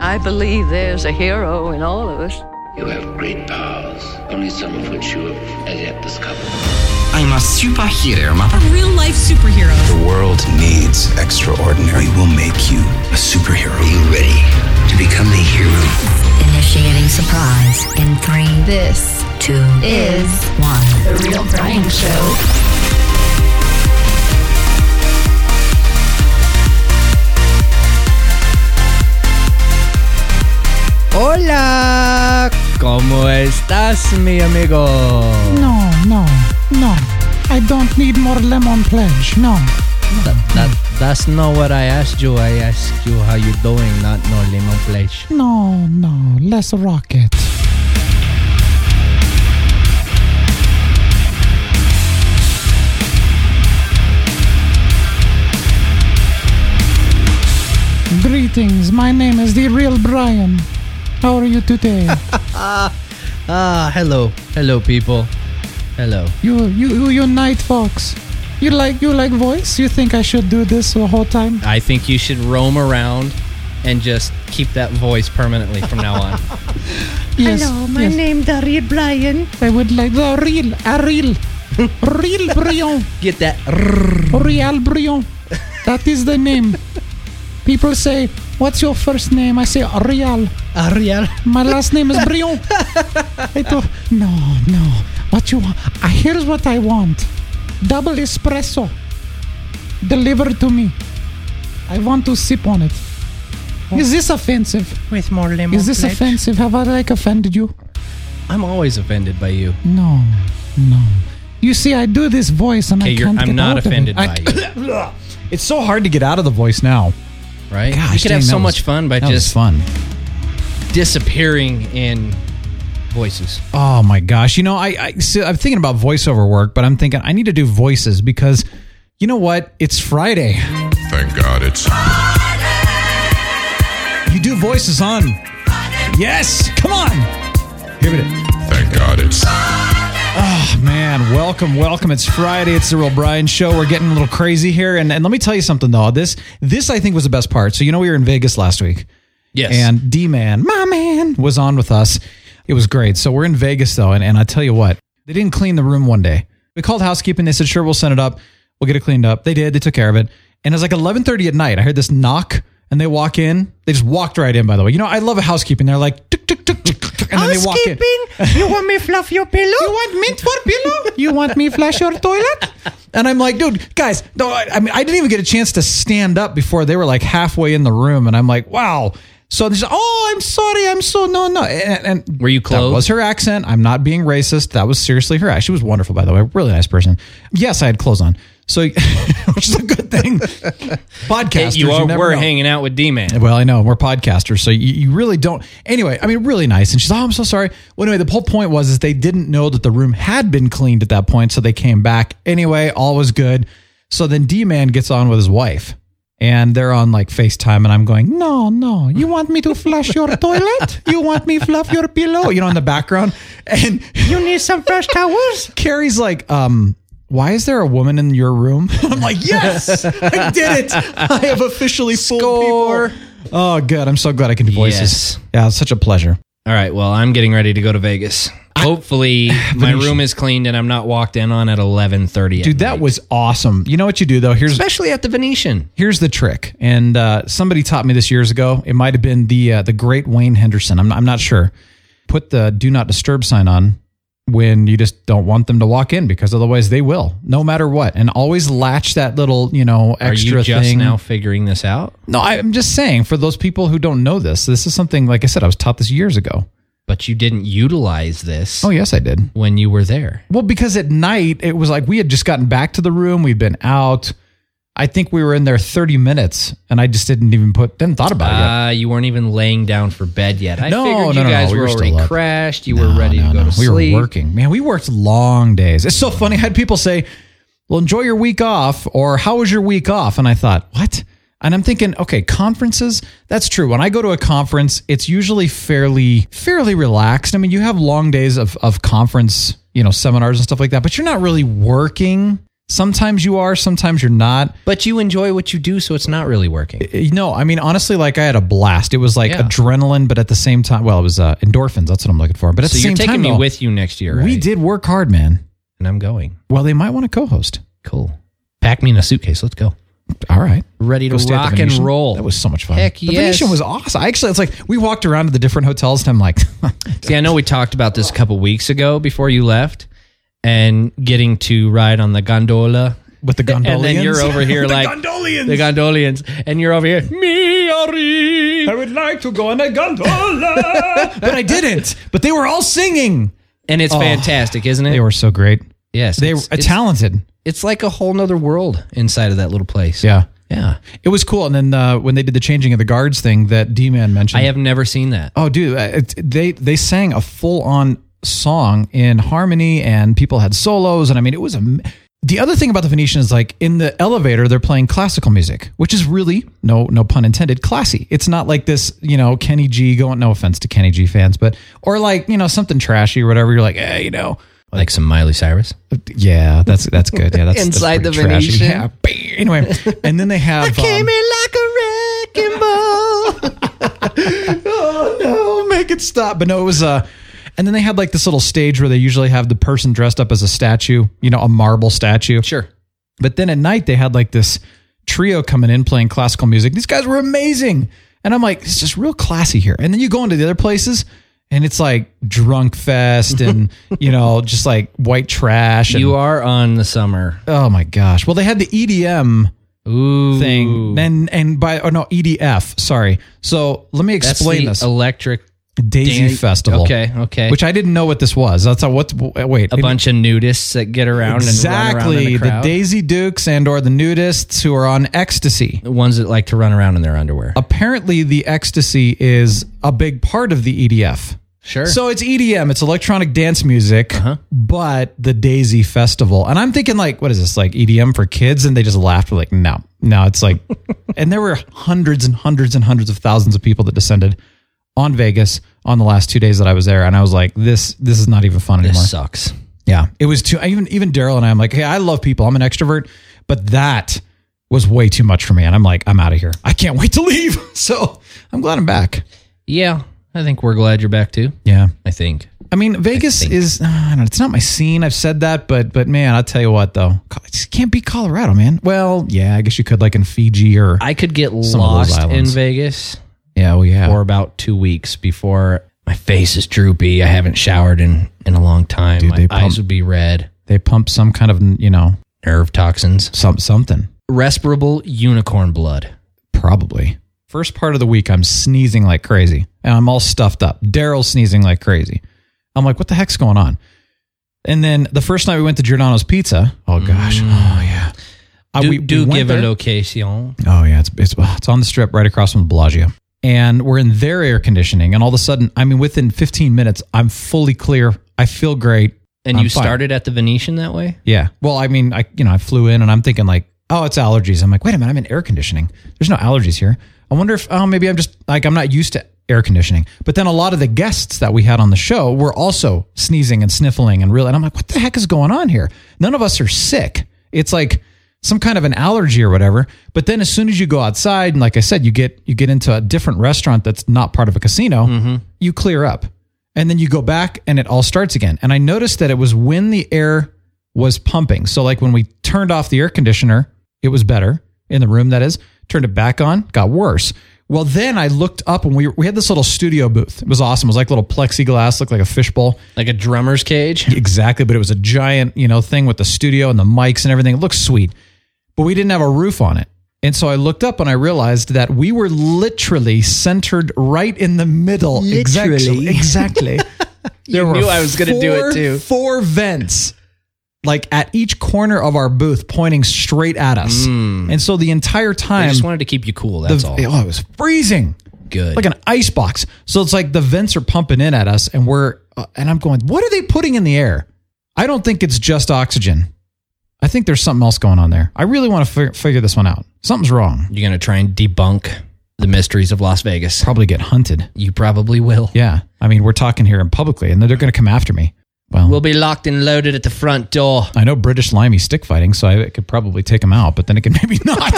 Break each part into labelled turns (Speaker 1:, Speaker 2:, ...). Speaker 1: I believe there's a hero in all of us.
Speaker 2: You have great powers, only some of which you have as yet discovered.
Speaker 3: I'm a superhero.
Speaker 4: A real life superhero.
Speaker 5: The world needs extraordinary. We will make you a superhero.
Speaker 2: Are you ready to become a hero?
Speaker 6: Initiating surprise in three,
Speaker 7: This
Speaker 6: two,
Speaker 7: is
Speaker 6: one.
Speaker 7: The Real Brian Show.
Speaker 8: Hola, ¿cómo estás, mi amigo?
Speaker 9: No, no, no. I don't need more lemon pledge. No.
Speaker 8: That, that- that's not what I asked you. I asked you how you doing, not no lemon pledge.
Speaker 9: No, no. Less rocket. Greetings. My name is the real Brian. How are you today?
Speaker 8: Ah, hello, hello, people. Hello.
Speaker 9: you, you, you, you night fox. You like, you like voice? You think I should do this the whole time?
Speaker 8: I think you should roam around and just keep that voice permanently from now on.
Speaker 9: Yes.
Speaker 10: Hello, my
Speaker 9: yes.
Speaker 10: name Daryl Bryan.
Speaker 9: I would like the real, a real, real Brion,
Speaker 8: Get that. rrrr.
Speaker 9: real Brion. That is the name. People say, "What's your first name?" I say, "Real."
Speaker 8: Ariel.
Speaker 9: My last name is Brion. I thought, no, no. What you want? Uh, here's what I want: double espresso, delivered to me. I want to sip on it. Is this offensive?
Speaker 10: Oh. With more lemon.
Speaker 9: Is this
Speaker 10: pledge.
Speaker 9: offensive? Have I like offended you?
Speaker 8: I'm always offended by you.
Speaker 9: No, no. You see, I do this voice, and
Speaker 8: Okay,
Speaker 9: I
Speaker 8: you're,
Speaker 9: can't
Speaker 8: I'm
Speaker 9: get
Speaker 8: not
Speaker 9: out
Speaker 8: offended
Speaker 9: of
Speaker 8: by
Speaker 9: it. I-
Speaker 8: you,
Speaker 11: It's so hard to get out of the voice now.
Speaker 8: right?
Speaker 11: Gosh,
Speaker 8: we could
Speaker 11: dang,
Speaker 8: have
Speaker 11: that
Speaker 8: so
Speaker 11: was-
Speaker 8: much fun by
Speaker 11: That was
Speaker 8: just
Speaker 11: fun.
Speaker 8: disappearing in voices.
Speaker 11: Oh my gosh! You know, I, I so I'm thinking about voiceover work, but I'm thinking I need to do voices because, you know what? It's Friday.
Speaker 5: Thank God it's.
Speaker 11: You do voices on. Yes, come on. Here it is.
Speaker 5: Thank God it's.
Speaker 11: Oh, man, welcome, welcome. It's Friday. It's the Real Brian Show. We're getting a little crazy here, and, and let me tell you something though. This this I think was the best part. So you know we were in Vegas last week.
Speaker 8: Yes.
Speaker 11: And D Man, my man, was on with us. It was great. So we're in Vegas though, and, and I tell you what, they didn't clean the room one day. We called housekeeping. They said, sure, we'll send it up. We'll get it cleaned up. They did. They took care of it. And it was like 11:30 at night. I heard this knock, and they walk in. They just walked right in. By the way, you know I love a housekeeping. They're like, tick, tick, tick, tick, tick, and then they walk in.
Speaker 10: Housekeeping? you want me fluff your pillow?
Speaker 11: You want mint for pillow? You want me flush your toilet? And I'm like, dude, guys, no, I, I mean, I didn't even get a chance to stand up before they were like halfway in the room, and I'm like, wow. So they said, oh, I'm sorry, I'm so no, no. And, and
Speaker 8: Were you
Speaker 11: That
Speaker 8: clothed?
Speaker 11: was her accent. I'm not being racist. That was seriously her. She was wonderful, by the way, really nice person. Yes, I had clothes on, so which is a good thing. Podcasters,
Speaker 8: you are,
Speaker 11: never
Speaker 8: were
Speaker 11: know.
Speaker 8: hanging out with D-Man.
Speaker 11: Well, I know we're podcasters, so you, you really don't. Anyway, I mean, really nice. And she's, oh, I'm so sorry. Well, anyway, the whole point was is they didn't know that the room had been cleaned at that point, so they came back anyway. All was good. So then D man gets on with his wife, and they're on like FaceTime, and I'm going, no, no, you want me to flush your toilet? You want me fluff your pillow? You know, in the background, and
Speaker 10: You need some fresh towels?
Speaker 11: Carrie's like, um, why is there a woman in your room? I'm like, yes, I did it. I have officially
Speaker 8: Score.
Speaker 11: fooled people. Oh, good. I'm so glad I can do voices.
Speaker 8: Yes.
Speaker 11: Yeah, it's such a pleasure.
Speaker 8: All right. Well, I'm getting ready to go to Vegas. Hopefully, my room is cleaned and I'm not walked in on at 11:30. at
Speaker 11: Dude, that
Speaker 8: night.
Speaker 11: was awesome. You know what you do though? Here's
Speaker 8: especially at the Venetian.
Speaker 11: here's the trick. And uh, somebody taught me this years ago. It might have been the uh, the great Wayne Henderson. I'm not, I'm not sure. Put the do not disturb sign on when you just don't want them to walk in because otherwise they will, no matter what. And always latch that little, you know, extra
Speaker 8: Are you just
Speaker 11: thing.
Speaker 8: now figuring this out?
Speaker 11: No, I- I'm just saying for those people who don't know this, this is something like I said I was taught this years ago.
Speaker 8: But you didn't utilize this
Speaker 11: Oh yes, I did.
Speaker 8: when you were there.
Speaker 11: Well, because at night it was like we had just gotten back to the room, we'd been out. I think we were in there 30 minutes, and I just didn't even put didn't thought about it. Yet.
Speaker 8: Uh, you weren't even laying down for bed yet. I
Speaker 11: Oh, No,
Speaker 8: figured
Speaker 11: no,
Speaker 8: you
Speaker 11: no, no,
Speaker 8: guys
Speaker 11: we
Speaker 8: were
Speaker 11: were
Speaker 8: already
Speaker 11: still up.
Speaker 8: crashed. You were ready to go to
Speaker 11: we
Speaker 8: Ah, sleep.
Speaker 11: were working, man. We worked long days. It's so funny. I had people say, "Well, enjoy your week off," or "How was your week off?" And I thought, "What?" And I'm thinking, okay, conferences. That's true. When I go to a conference, it's usually fairly fairly relaxed. I mean, you have long days of of conference, you know, seminars and stuff like that, but you're not really working. Sometimes you are, sometimes you're not.
Speaker 8: But you enjoy what you do, so it's not really working.
Speaker 11: You know, I mean, honestly, like I had a blast. It was like
Speaker 8: Yeah.
Speaker 11: adrenaline, but at the same time, well, it was uh, endorphins. That's what I'm looking for. But at
Speaker 8: So
Speaker 11: the same
Speaker 8: you're taking
Speaker 11: time,
Speaker 8: me
Speaker 11: though,
Speaker 8: with you next year,
Speaker 11: we
Speaker 8: right?
Speaker 11: did work hard, man.
Speaker 8: and I'm going.
Speaker 11: Well, they might want to co-host.
Speaker 8: Cool. Pack me in a suitcase. Let's go.
Speaker 11: All right.
Speaker 8: Ready to
Speaker 11: Go stay at the
Speaker 8: rock and
Speaker 11: Venetian?
Speaker 8: roll.
Speaker 11: That was so much fun.
Speaker 8: Heck
Speaker 11: the
Speaker 8: yes.
Speaker 11: Venetian was awesome. I actually, it's like we walked around to the different hotels, and I'm like,
Speaker 8: See, I know we talked about this a couple weeks ago before you left, and getting to ride on the gondola.
Speaker 11: with the gondolians.
Speaker 8: And then you're over here
Speaker 11: The
Speaker 8: like
Speaker 11: gondolians.
Speaker 8: The gondolians, and you're over here. Miori.
Speaker 11: would like to go on a gondola, but I didn't. But they were all singing.
Speaker 8: and it's fantastic, isn't it?
Speaker 11: Oh. They were so great.
Speaker 8: yes,
Speaker 11: They were
Speaker 8: it's,
Speaker 11: uh,
Speaker 8: it's-
Speaker 11: talented.
Speaker 8: It's like a whole nother world inside of that little place.
Speaker 11: Yeah.
Speaker 8: yeah.
Speaker 11: It was cool. And then uh, when they did the changing of the guards thing that D Man mentioned,
Speaker 8: I have never seen that.
Speaker 11: Oh, dude, uh, it, they they sang a full on song in harmony, and people had solos, and I mean, it was a. The other thing about the Venetian is like in the elevator, they're playing classical music, which is really no no pun intended classy. It's not like this, you know, Kenny G going. No offense to Kenny G fans, but or like you know something trashy or whatever. You're like, eh, you know,
Speaker 8: Like some Miley Cyrus.
Speaker 11: yeah, that's that's good. Yeah, that's that's
Speaker 8: Inside
Speaker 11: pretty
Speaker 8: the
Speaker 11: trashy.
Speaker 8: Venetian.
Speaker 11: Yeah. bam. Anyway, and then they have. um,
Speaker 8: like a wrecking ball.
Speaker 11: oh, make it stop. But no, it was Uh, and then they had like this little stage where they usually have the person dressed up as a statue, you know, a marble statue.
Speaker 8: Sure.
Speaker 11: But then at night they had like this trio coming in playing classical music. These guys were amazing. And I'm like, it's just real classy here. And then you go into the other places and it's like drunk fest and, you know, just like white trash. And,
Speaker 8: You are on the summer.
Speaker 11: Oh my gosh. Well, they had the EDM
Speaker 8: Ooh,
Speaker 11: thing and, and by, or no, EDF. Sorry. So let me
Speaker 8: That's
Speaker 11: explain
Speaker 8: the
Speaker 11: this.
Speaker 8: Electric
Speaker 11: Daisy
Speaker 8: Dan-
Speaker 11: Festival.
Speaker 8: Okay, okay.
Speaker 11: Which I didn't know what this was. That's a, what. Wait,
Speaker 8: a bunch of nudists that get around and run around in
Speaker 11: exactly
Speaker 8: the
Speaker 11: the,
Speaker 8: crowd.
Speaker 11: Daisy Dukes and or the nudists who are on ecstasy.
Speaker 8: the ones that like to run around in their underwear.
Speaker 11: Apparently, the ecstasy is a big part of the EDF.
Speaker 8: Sure. Uh-huh.
Speaker 11: So it's EDM, it's electronic dance music, but the Daisy Festival. And I'm thinking, like, what is this? Like EDM for kids? And they just laughed. We're like, no, no, it's like, and there were hundreds and hundreds and hundreds of thousands of people that descended on Vegas on the last two days that I was there. And I was like, this, this is not even fun
Speaker 8: this
Speaker 11: anymore.
Speaker 8: sucks.
Speaker 11: Yeah, it was too. I Even even Daryl and I, I'm like, hey, I love people. I'm an extrovert, but that was way too much for me. And I'm like, I'm out of here. I can't wait to leave. So I'm glad I'm back.
Speaker 8: Yeah, I think we're glad you're back too.
Speaker 11: Yeah,
Speaker 8: I think.
Speaker 11: I mean, Vegas
Speaker 8: think.
Speaker 11: is. I don't know, it's not my scene. I've said that, but but man, I'll tell you what though, I just can't beat Colorado, man. Well, yeah, I guess you could like in Fiji or
Speaker 8: I could get
Speaker 11: Some of those
Speaker 8: lost in
Speaker 11: islands.
Speaker 8: Vegas
Speaker 11: yeah, well, yeah.
Speaker 8: for about two weeks before my face is droopy. I haven't showered in in a long time.
Speaker 11: Dude,
Speaker 8: my
Speaker 11: they
Speaker 8: eyes
Speaker 11: pump-
Speaker 8: would be red.
Speaker 11: they pump some kind of you know
Speaker 8: Nerve toxins.
Speaker 11: some something
Speaker 8: Respirable unicorn blood.
Speaker 11: probably. First part of the week, I'm sneezing like crazy, and I'm all stuffed up. Daryl's sneezing like crazy. I'm like, what the heck's going on? And then the first night we went to Giordano's Pizza. Oh gosh, oh yeah. I-
Speaker 8: Mm. Do,
Speaker 11: Uh, we- we
Speaker 8: do
Speaker 11: went
Speaker 8: give
Speaker 11: there.
Speaker 8: a location.
Speaker 11: Oh yeah, it's it's it's on the strip right across from the Bellagio, and we're in their air conditioning, and all of a sudden, I mean, within 15 minutes, I'm fully clear. I feel great.
Speaker 8: And
Speaker 11: I'm
Speaker 8: you
Speaker 11: fine.
Speaker 8: started at the Venetian that way?
Speaker 11: Yeah. Well, I mean, I you know, I flew in and I'm thinking like, oh, it's allergies. I'm like, wait a minute, I'm in air conditioning. There's no allergies here. I wonder if oh, maybe I'm just like I'm not used to air conditioning. But then a lot of the guests that we had on the show were also sneezing and sniffling and really and I'm like, what the heck is going on here? None of us are sick. It's like some kind of an allergy or whatever. But then as soon as you go outside and like I said, you get you get into a different restaurant that's not part of a casino, you clear up. And then you go back and it all starts again. And I noticed that it was when the air was pumping. So like when we turned off the air conditioner, it was better in the room that is. Turned it back on, got worse. Well, then I looked up and we we had this little studio booth. It was awesome. It was like little plexiglass, looked like a fishbowl.
Speaker 8: Like a drummer's cage?
Speaker 11: Exactly, but it was a giant, you know, thing with the studio and the mics and everything. It looked sweet. But we didn't have a roof on it. And so I looked up and I realized that we were literally centered right in the middle. Exactly.
Speaker 8: Literally.
Speaker 11: Exactly. there
Speaker 8: knew I was gonna do
Speaker 11: four-
Speaker 8: it too.
Speaker 11: Four vents like at each corner of our booth pointing straight at us. And so the entire
Speaker 8: Hmm. I
Speaker 11: time
Speaker 8: just wanted to keep you cool.
Speaker 11: the,
Speaker 8: That's all.
Speaker 11: oh, it was freezing
Speaker 8: Good.
Speaker 11: like an ice box. So it's like the vents are pumping in at us, and we're uh, and I'm going, what are they putting in the air? I don't think it's just oxygen. I think there's something else going on there. I really want to fig- figure this one out. Something's wrong.
Speaker 8: You're going to try and debunk the mysteries of Las Vegas.
Speaker 11: Probably get hunted.
Speaker 8: You probably will.
Speaker 11: Yeah, I mean, we're talking here and publicly, and they're going to come after me. Well,
Speaker 8: We'll be locked and loaded at the front door.
Speaker 11: I know British Limey stick fighting, so I could probably take him out, but then it could maybe not.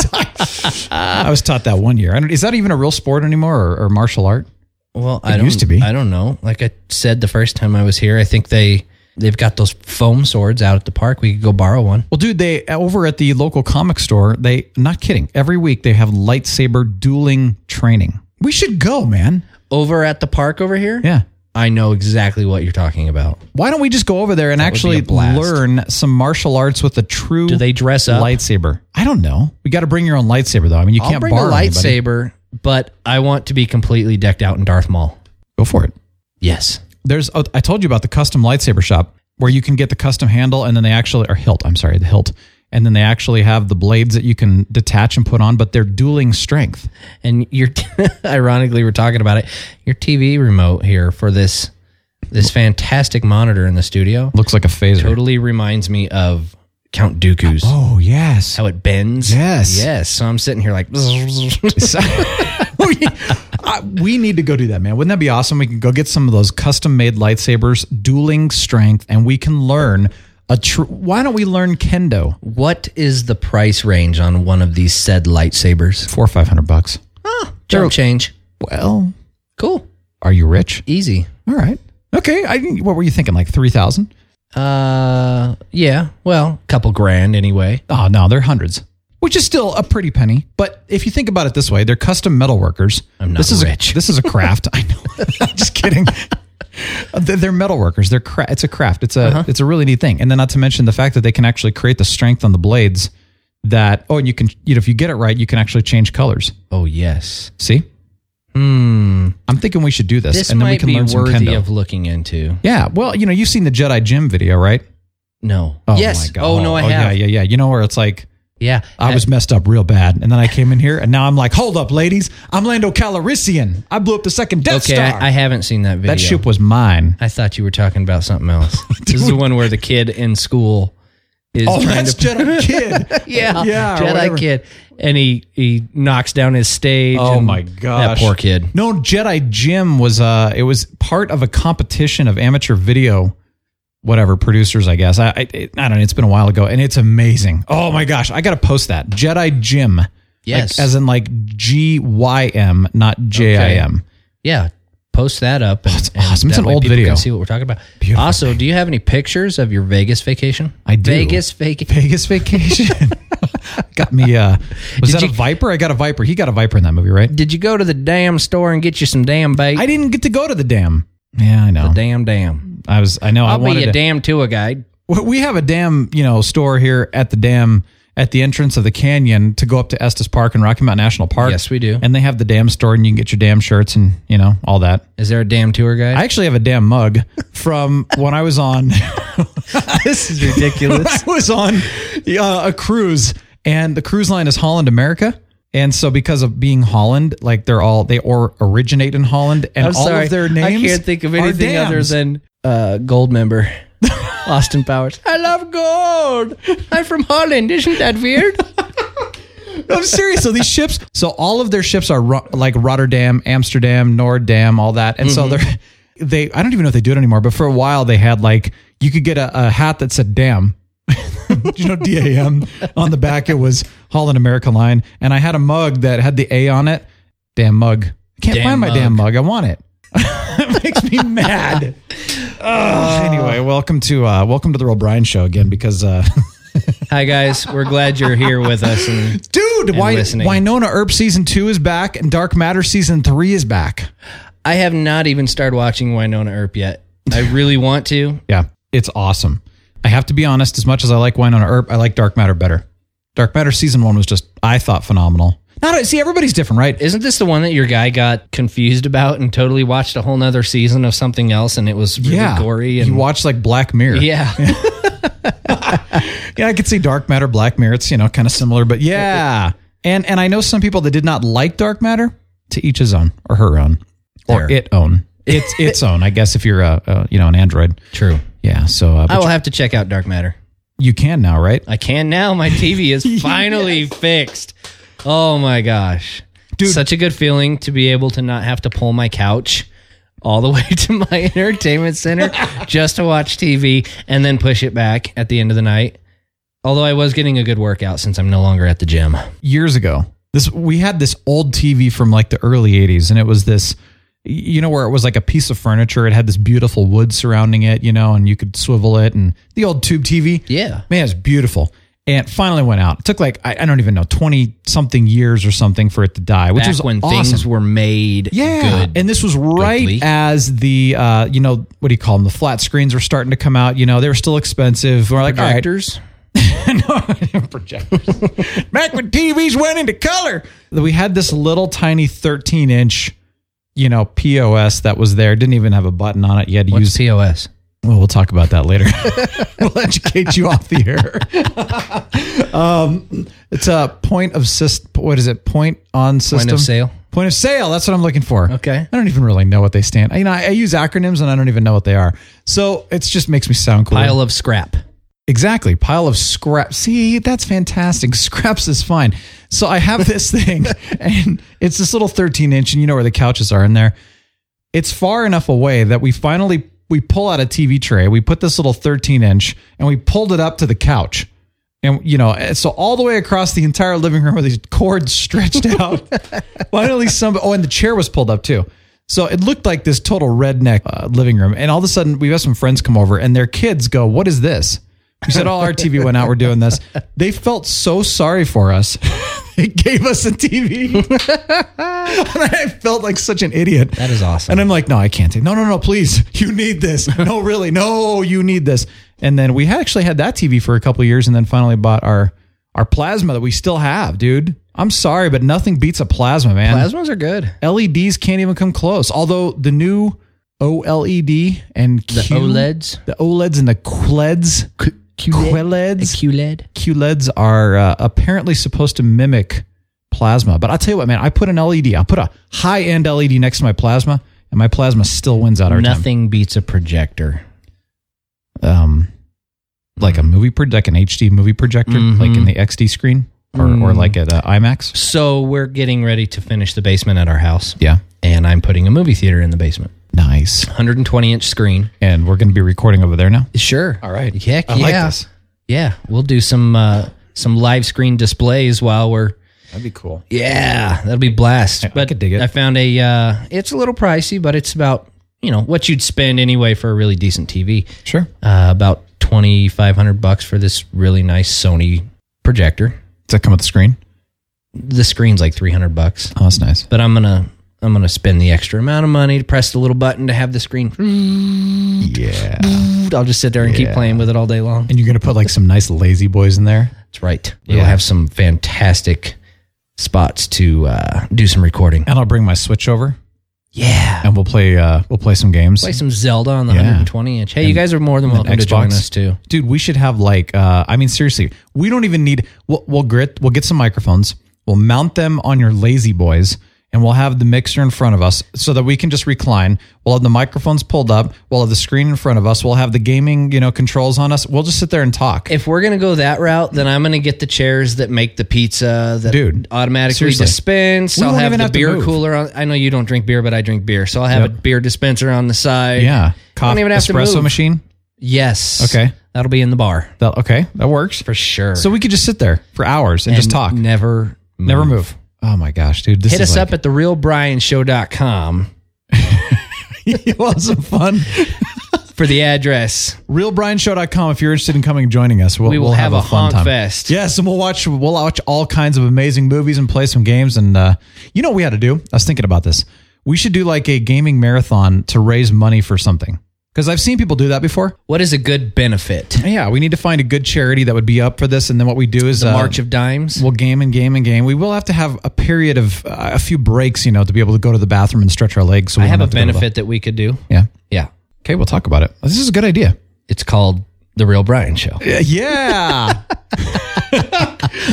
Speaker 11: I was taught that one year. I don't, is that even a real sport anymore or, or martial art?
Speaker 8: Well, I don't,
Speaker 11: used to be.
Speaker 8: I don't know. Like I said the first time I was here, I think they they've got those foam swords out at the park. We could go borrow one.
Speaker 11: Well, dude, they over at the local comic store, they, not kidding, every week they have lightsaber dueling training. We should go, man.
Speaker 8: Over at the park over here?
Speaker 11: Yeah.
Speaker 8: I know exactly what you're talking about.
Speaker 11: Why don't we just go over there and
Speaker 8: would be
Speaker 11: actually
Speaker 8: a blast.
Speaker 11: learn some martial arts with a true
Speaker 8: Do they dress up?
Speaker 11: lightsaber? I don't know. We got to bring your own lightsaber though. I mean, you
Speaker 8: I'll
Speaker 11: can't
Speaker 8: bring a
Speaker 11: borrow anybody.
Speaker 8: lightsaber, but I want to be completely decked out in Darth Maul.
Speaker 11: Go for it.
Speaker 8: Yes.
Speaker 11: There's oh, I told you about the custom lightsaber shop where you can get the custom handle and then they actually or hilt, I'm sorry, the hilt. And then they actually have the blades that you can detach and put on, but they're dueling strength.
Speaker 8: And you're ironically we're talking about it. Your TV remote here for this this fantastic monitor in the studio
Speaker 11: Looks like a phaser.
Speaker 8: totally reminds me of Count Dooku's.
Speaker 11: Oh yes.
Speaker 8: How it bends?
Speaker 11: Yes.
Speaker 8: Yes. So I'm sitting here like
Speaker 11: we, I, we need to go do that, man. Wouldn't that be awesome? We can go get some of those custom made lightsabers, dueling strength, and we can learn a true. Why don't we learn kendo?
Speaker 8: What is the price range on one of these said lightsabers?
Speaker 11: Four or five hundred bucks.
Speaker 8: Jump change.
Speaker 11: Well,
Speaker 8: Cool.
Speaker 11: are you rich?
Speaker 8: Easy.
Speaker 11: All right. Okay. I, what were you thinking? Like three thousand?
Speaker 8: Uh yeah. Well, couple grand anyway.
Speaker 11: Oh no, they're hundreds. Which is still a pretty penny, but if you think about it this way, they're custom metalworkers.
Speaker 8: I'm not
Speaker 11: this is
Speaker 8: rich.
Speaker 11: A, this is a craft. I know. Just kidding. Uh, They're, they're metalworkers. They're cra- it's a craft. It's a
Speaker 8: Uh-huh.
Speaker 11: it's a really neat thing. And then not to mention the fact that they can actually create the strength on the blades. That oh, and you can you know if you get it right, you can actually change colors.
Speaker 8: Oh yes.
Speaker 11: See,
Speaker 8: Hmm.
Speaker 11: I'm thinking we should do this,
Speaker 8: This
Speaker 11: and then we
Speaker 8: might
Speaker 11: can
Speaker 8: be
Speaker 11: learn some
Speaker 8: worthy
Speaker 11: kendo.
Speaker 8: of looking into.
Speaker 11: yeah, well, you know, you've seen the Jedi Gym video, right?
Speaker 8: No.
Speaker 11: Oh
Speaker 8: yes. Oh no, I
Speaker 11: oh,
Speaker 8: have.
Speaker 11: Yeah, yeah, yeah. You know where it's like.
Speaker 8: Yeah.
Speaker 11: I was messed up real bad, and then I came in here, and now I'm like, hold up, ladies, I'm Lando Calrissian. I blew up the second Death
Speaker 8: Okay,
Speaker 11: Star.
Speaker 8: I, I haven't seen that video.
Speaker 11: that ship was mine.
Speaker 8: I thought you were talking about something else. this is the one where the kid in school is
Speaker 11: Oh,
Speaker 8: trying to
Speaker 11: that's Jedi Kid.
Speaker 8: yeah,
Speaker 11: Yeah, or
Speaker 8: Jedi
Speaker 11: whatever.
Speaker 8: kid, and he he knocks down his stage.
Speaker 11: Oh
Speaker 8: and
Speaker 11: my gosh,
Speaker 8: Um, that poor kid.
Speaker 11: No, Jedi Jim was uh, it was part of a competition of amateur video, whatever producers, I guess. I I, I don't know. It's been a while ago, and it's amazing. Oh my gosh, I gotta post that Jedi Jim.
Speaker 8: Yes.
Speaker 11: like, as in like G Y M, not J I M.
Speaker 8: Yeah, post that up. And,
Speaker 11: it's
Speaker 8: and
Speaker 11: awesome. It's
Speaker 8: that
Speaker 11: an
Speaker 8: way
Speaker 11: old
Speaker 8: people
Speaker 11: video.
Speaker 8: Can see what we're talking about. Also, do you have any pictures of your Vegas vacation?
Speaker 11: I do.
Speaker 8: Vegas vacation.
Speaker 11: Vegas vacation. got me. Uh, was
Speaker 8: Did
Speaker 11: that a
Speaker 8: you-
Speaker 11: viper? I got a viper. He got a viper in that movie, right?
Speaker 8: Did you go to the damn store and get you some damn bait?
Speaker 11: I didn't get to go to the dam. Yeah, I know.
Speaker 8: damn damn.
Speaker 11: I was. I know. I
Speaker 8: I'll
Speaker 11: wanted
Speaker 8: be a
Speaker 11: to-
Speaker 8: damn tour guide.
Speaker 11: We- We have a dam, you know, store here at the dam at the entrance of the canyon to go up to Estes Park and Rocky Mountain National Park.
Speaker 8: Yes, we do.
Speaker 11: And they have the dam store, and you can get your dam shirts and you know all that.
Speaker 8: Is there a damn tour guide?
Speaker 11: I actually have a dam mug from when I was on.
Speaker 8: this is ridiculous.
Speaker 11: I was on uh, a cruise, and the cruise line is Holland America. And so, because of being Holland, like they're all they or originate in Holland, and
Speaker 8: I'm
Speaker 11: all
Speaker 8: sorry.
Speaker 11: of their names.
Speaker 8: I can't think of
Speaker 11: are
Speaker 8: anything other
Speaker 11: dams.
Speaker 8: than uh, gold member. Austin Powers. I love gold. I'm from Holland. Isn't that weird?
Speaker 11: I'm serious. So these ships, so all of their ships are ro- like Rotterdam, Amsterdam, Noordam, all that, and so
Speaker 8: Mm-hmm.
Speaker 11: they're they. I don't even know if they do it anymore, but for a while they had like you could get a, a hat that said "dam." you know, D A M on the back. It was Holland America Line, and I had a mug that had the A on it. Damn mug! I can't
Speaker 8: Damn
Speaker 11: find my
Speaker 8: mug.
Speaker 11: damn mug. I want it. it makes me mad. Ugh. anyway, welcome to uh, welcome to the Real Brian Show again because. Uh,
Speaker 8: Hi guys, we're glad you're here with us. And
Speaker 11: Dude, why
Speaker 8: listening.
Speaker 11: Winona Earp season two is back and Dark Matter season three is back.
Speaker 8: I have not even started watching Winona Earp yet. I really want to.
Speaker 11: Yeah, it's awesome. I have to be honest. As much as I like Winona Earp, I like Dark Matter better. Dark Matter season one was just I thought phenomenal. Not see everybody's different, right?
Speaker 8: Isn't this the one that your guy got confused about and totally watched a whole nother season of something else and it was really
Speaker 11: yeah,
Speaker 8: gory and
Speaker 11: you watch like Black Mirror.
Speaker 8: yeah.
Speaker 11: yeah, I could see Dark Matter, Black Mirror. It's you know kind of similar, but yeah. And and I know some people that did not like Dark Matter. To each his own or her own or
Speaker 8: There.
Speaker 11: it own. It's its own, I guess. If you're a, a you know an Android,
Speaker 8: True.
Speaker 11: yeah. So uh,
Speaker 8: I
Speaker 11: but
Speaker 8: will have to check out Dark Matter.
Speaker 11: you can now, right?
Speaker 8: I can now. My TV is finally fixed. Oh my gosh. Dude. Such a good feeling to be able to not have to pull my couch all the way to my entertainment center just to watch TV and then push it back at the end of the night. Although I was getting a good workout since I'm no longer at the gym.
Speaker 11: years ago. This we had this old TV from like the early 80s and it was this you know where it was like a piece of furniture it had this beautiful wood surrounding it, you know, and you could swivel it and the old tube TV.
Speaker 8: Yeah.
Speaker 11: Man, it's beautiful. And it finally went out. It took like I, I don't even know 20 something years or something for it to die, which
Speaker 8: Back
Speaker 11: was
Speaker 8: when
Speaker 11: awesome.
Speaker 8: things were made
Speaker 11: Yeah,
Speaker 8: good.
Speaker 11: and this was right
Speaker 8: goodly.
Speaker 11: as the uh, you know what do you call them? The flat screens were starting to come out. You know they were still expensive. We're like all right.
Speaker 8: Projectors?
Speaker 11: No, projectors. Back when TVs went into color, we had this little tiny 13 inch, you know, POS that was there. Didn't even have a button on it. You had to
Speaker 8: What's
Speaker 11: use.
Speaker 8: COS?
Speaker 11: Well, we'll talk about that later. we'll educate you off the air. um, it's a point of system. What is it? Point on system.
Speaker 8: sale?
Speaker 11: Point of sale. That's what I'm looking for.
Speaker 8: Okay.
Speaker 11: I don't even really know what they stand. You know, I, I use acronyms and I don't even know what they are. So it just makes me sound cool.
Speaker 8: Pile of scrap.
Speaker 11: Exactly. Pile of scrap. See, that's fantastic. Scraps is fine. So I have this thing and it's this little 13 inch and you know where the couches are in there. It's far enough away that we finally, we pull out a TV tray. We put this little 13 inch and we pulled it up to the couch. And you know, and so all the way across the entire living room with these cords stretched out. Finally, some. Oh, and the chair was pulled up too. So it looked like this total redneck uh, living room. And all of a sudden, we have some friends come over, and their kids go, "What is this?" We said, "All our TV went out. We're doing this." They felt so sorry for us. they gave us a TV, and I felt like such an idiot.
Speaker 8: That is awesome.
Speaker 11: And I'm like, no, I can't take. No, no, no, please. You need this. No, really. No, you need this. And then we actually had that TV for a couple of years, and then finally bought our our plasma that we still have, dude. I'm sorry, but nothing beats a plasma, man.
Speaker 8: Plasmas are good.
Speaker 11: LEDs can't even come close. Although the new OLED and
Speaker 8: The E
Speaker 11: Q-
Speaker 8: OLEDs.
Speaker 11: the OLEDs and the E QLEDs, QLEDs,
Speaker 8: QLED.
Speaker 11: QLEDs are uh, apparently supposed to mimic plasma. But I'll tell you what, man, I put an LED, I put a high end LED next to my plasma, and my plasma still wins out every time.
Speaker 8: Nothing beats a projector.
Speaker 11: Um, like a movie pro, like an HD movie projector, like in the XD screen, or, or like at uh, IMAX.
Speaker 8: So we're getting ready to finish the basement at our house,
Speaker 11: Yeah,
Speaker 8: and I'm putting a movie theater in the basement.
Speaker 11: nice.
Speaker 8: 120 inch screen.
Speaker 11: And we're going to be recording over there now.
Speaker 8: Sure. All right. Heck
Speaker 11: I
Speaker 8: yeah.
Speaker 11: like this.
Speaker 8: Yeah. We'll do some uh, some live screen displays while we're.
Speaker 11: That'd be cool.
Speaker 8: Yeah, that'll be blast.
Speaker 11: I could dig it.
Speaker 8: I found a. Uh, it's a little pricey, but it's about you know what you'd spend anyway for a really decent TV.
Speaker 11: Sure.
Speaker 8: Uh, about twenty five hundred bucks for this really nice Sony projector.
Speaker 11: Does that come with the screen?
Speaker 8: The screen's like three hundred bucks.
Speaker 11: Oh, that's nice.
Speaker 8: but I'm gonna I'm gonna spend the extra amount of money to press the little button to have the screen.
Speaker 11: Yeah.
Speaker 8: I'll just sit there and keep playing with it all day long.
Speaker 11: And you're going to put like some nice lazy boys in there.
Speaker 8: That's right. We'll
Speaker 11: Yeah.
Speaker 8: have some fantastic spots to uh, do some recording.
Speaker 11: And I'll bring my Switch over
Speaker 8: Yeah.
Speaker 11: and we'll play uh we'll play some games.
Speaker 8: Play some Zelda on the
Speaker 11: Yeah.
Speaker 8: 120 inch. Hey, you guys are more than welcome to join us too.
Speaker 11: Dude, we should have like uh I mean seriously, we don't even need we'll, we'll grit we'll get some microphones. We'll mount them on your lazy boys and we'll have the mixer in front of us so that we can just recline. We'll have the microphones pulled up, we'll have the screen in front of us, we'll have the gaming, you know, controls on us. We'll just sit there and talk.
Speaker 8: If we're gonna go that route, then I'm gonna get the chairs that make the pizza that
Speaker 11: Dude,
Speaker 8: automatically
Speaker 11: seriously.
Speaker 8: dispense.
Speaker 11: We
Speaker 8: I'll
Speaker 11: won't
Speaker 8: have
Speaker 11: even
Speaker 8: the
Speaker 11: have to
Speaker 8: beer
Speaker 11: move.
Speaker 8: cooler on. I know you don't drink beer, but I drink beer, so I'll have a
Speaker 11: Yep.
Speaker 8: beer dispenser on the side.
Speaker 11: yeah.
Speaker 8: I don't
Speaker 11: Coffee
Speaker 8: even have
Speaker 11: espresso
Speaker 8: to move.
Speaker 11: machine.
Speaker 8: Yes.
Speaker 11: Okay.
Speaker 8: That'll be in the bar
Speaker 11: That okay, that works.
Speaker 8: for sure.
Speaker 11: So we could just sit there for hours and, just talk.
Speaker 8: Never, move.
Speaker 11: Never move. Oh my gosh, dude. This
Speaker 8: Hit
Speaker 11: is
Speaker 8: us
Speaker 11: like,
Speaker 8: up at therealbrianshow.com
Speaker 11: you want some fun?
Speaker 8: for the address.
Speaker 11: RealBrianShow.com if you're interested in coming and joining us. We'll,
Speaker 8: We will
Speaker 11: we'll
Speaker 8: have
Speaker 11: have,
Speaker 8: a
Speaker 11: fun
Speaker 8: honk
Speaker 11: time.
Speaker 8: fest.
Speaker 11: Yes, and we'll watch we'll watch all kinds of amazing movies and play some games. And uh, you know what we ought to do? I was thinking about this. We should do like a gaming marathon to raise money for something. Because I've seen people do that before.
Speaker 8: What is a good benefit?
Speaker 11: Yeah, we need to find a good charity that would be up for this. And then what we do is
Speaker 8: The
Speaker 11: uh,
Speaker 8: March of Dimes?
Speaker 11: We'll game and game and game. We will have to have a period of uh, a few breaks, you know, to be able to go to the bathroom and stretch our legs. So we
Speaker 8: I have a
Speaker 11: don't to go to
Speaker 8: benefit that we could do.
Speaker 11: the- yeah.
Speaker 8: Yeah.
Speaker 11: Okay, we'll talk about it. This is a good idea.
Speaker 8: It's called The Real Brian Show.
Speaker 11: Yeah.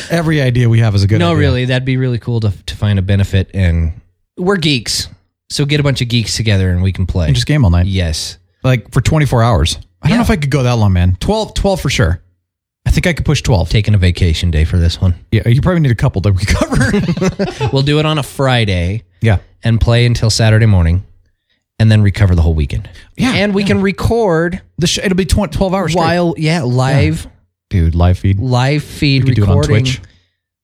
Speaker 11: Every idea we have is a good
Speaker 8: No,
Speaker 11: idea.
Speaker 8: really. That'd be really cool to, to find a benefit. And we're geeks. So get a bunch of geeks together and we can play.
Speaker 11: And just game all night.
Speaker 8: yes.
Speaker 11: Like for 24 hours. I don't know
Speaker 8: Yeah.
Speaker 11: if I could go that long, man. 12, 12 for sure. I think I could push 12.
Speaker 8: Taking a vacation day for this one.
Speaker 11: yeah, you probably need a couple to recover.
Speaker 8: we'll do it on a Friday.
Speaker 11: yeah.
Speaker 8: and play until Saturday morning. and then recover the whole weekend.
Speaker 11: Yeah.
Speaker 8: and we can record
Speaker 11: The sh- it'll be 20, 12 hours straight.
Speaker 8: while yeah live
Speaker 11: dude live feed.
Speaker 8: live feed
Speaker 11: We could do it on
Speaker 8: recording.
Speaker 11: Twitch.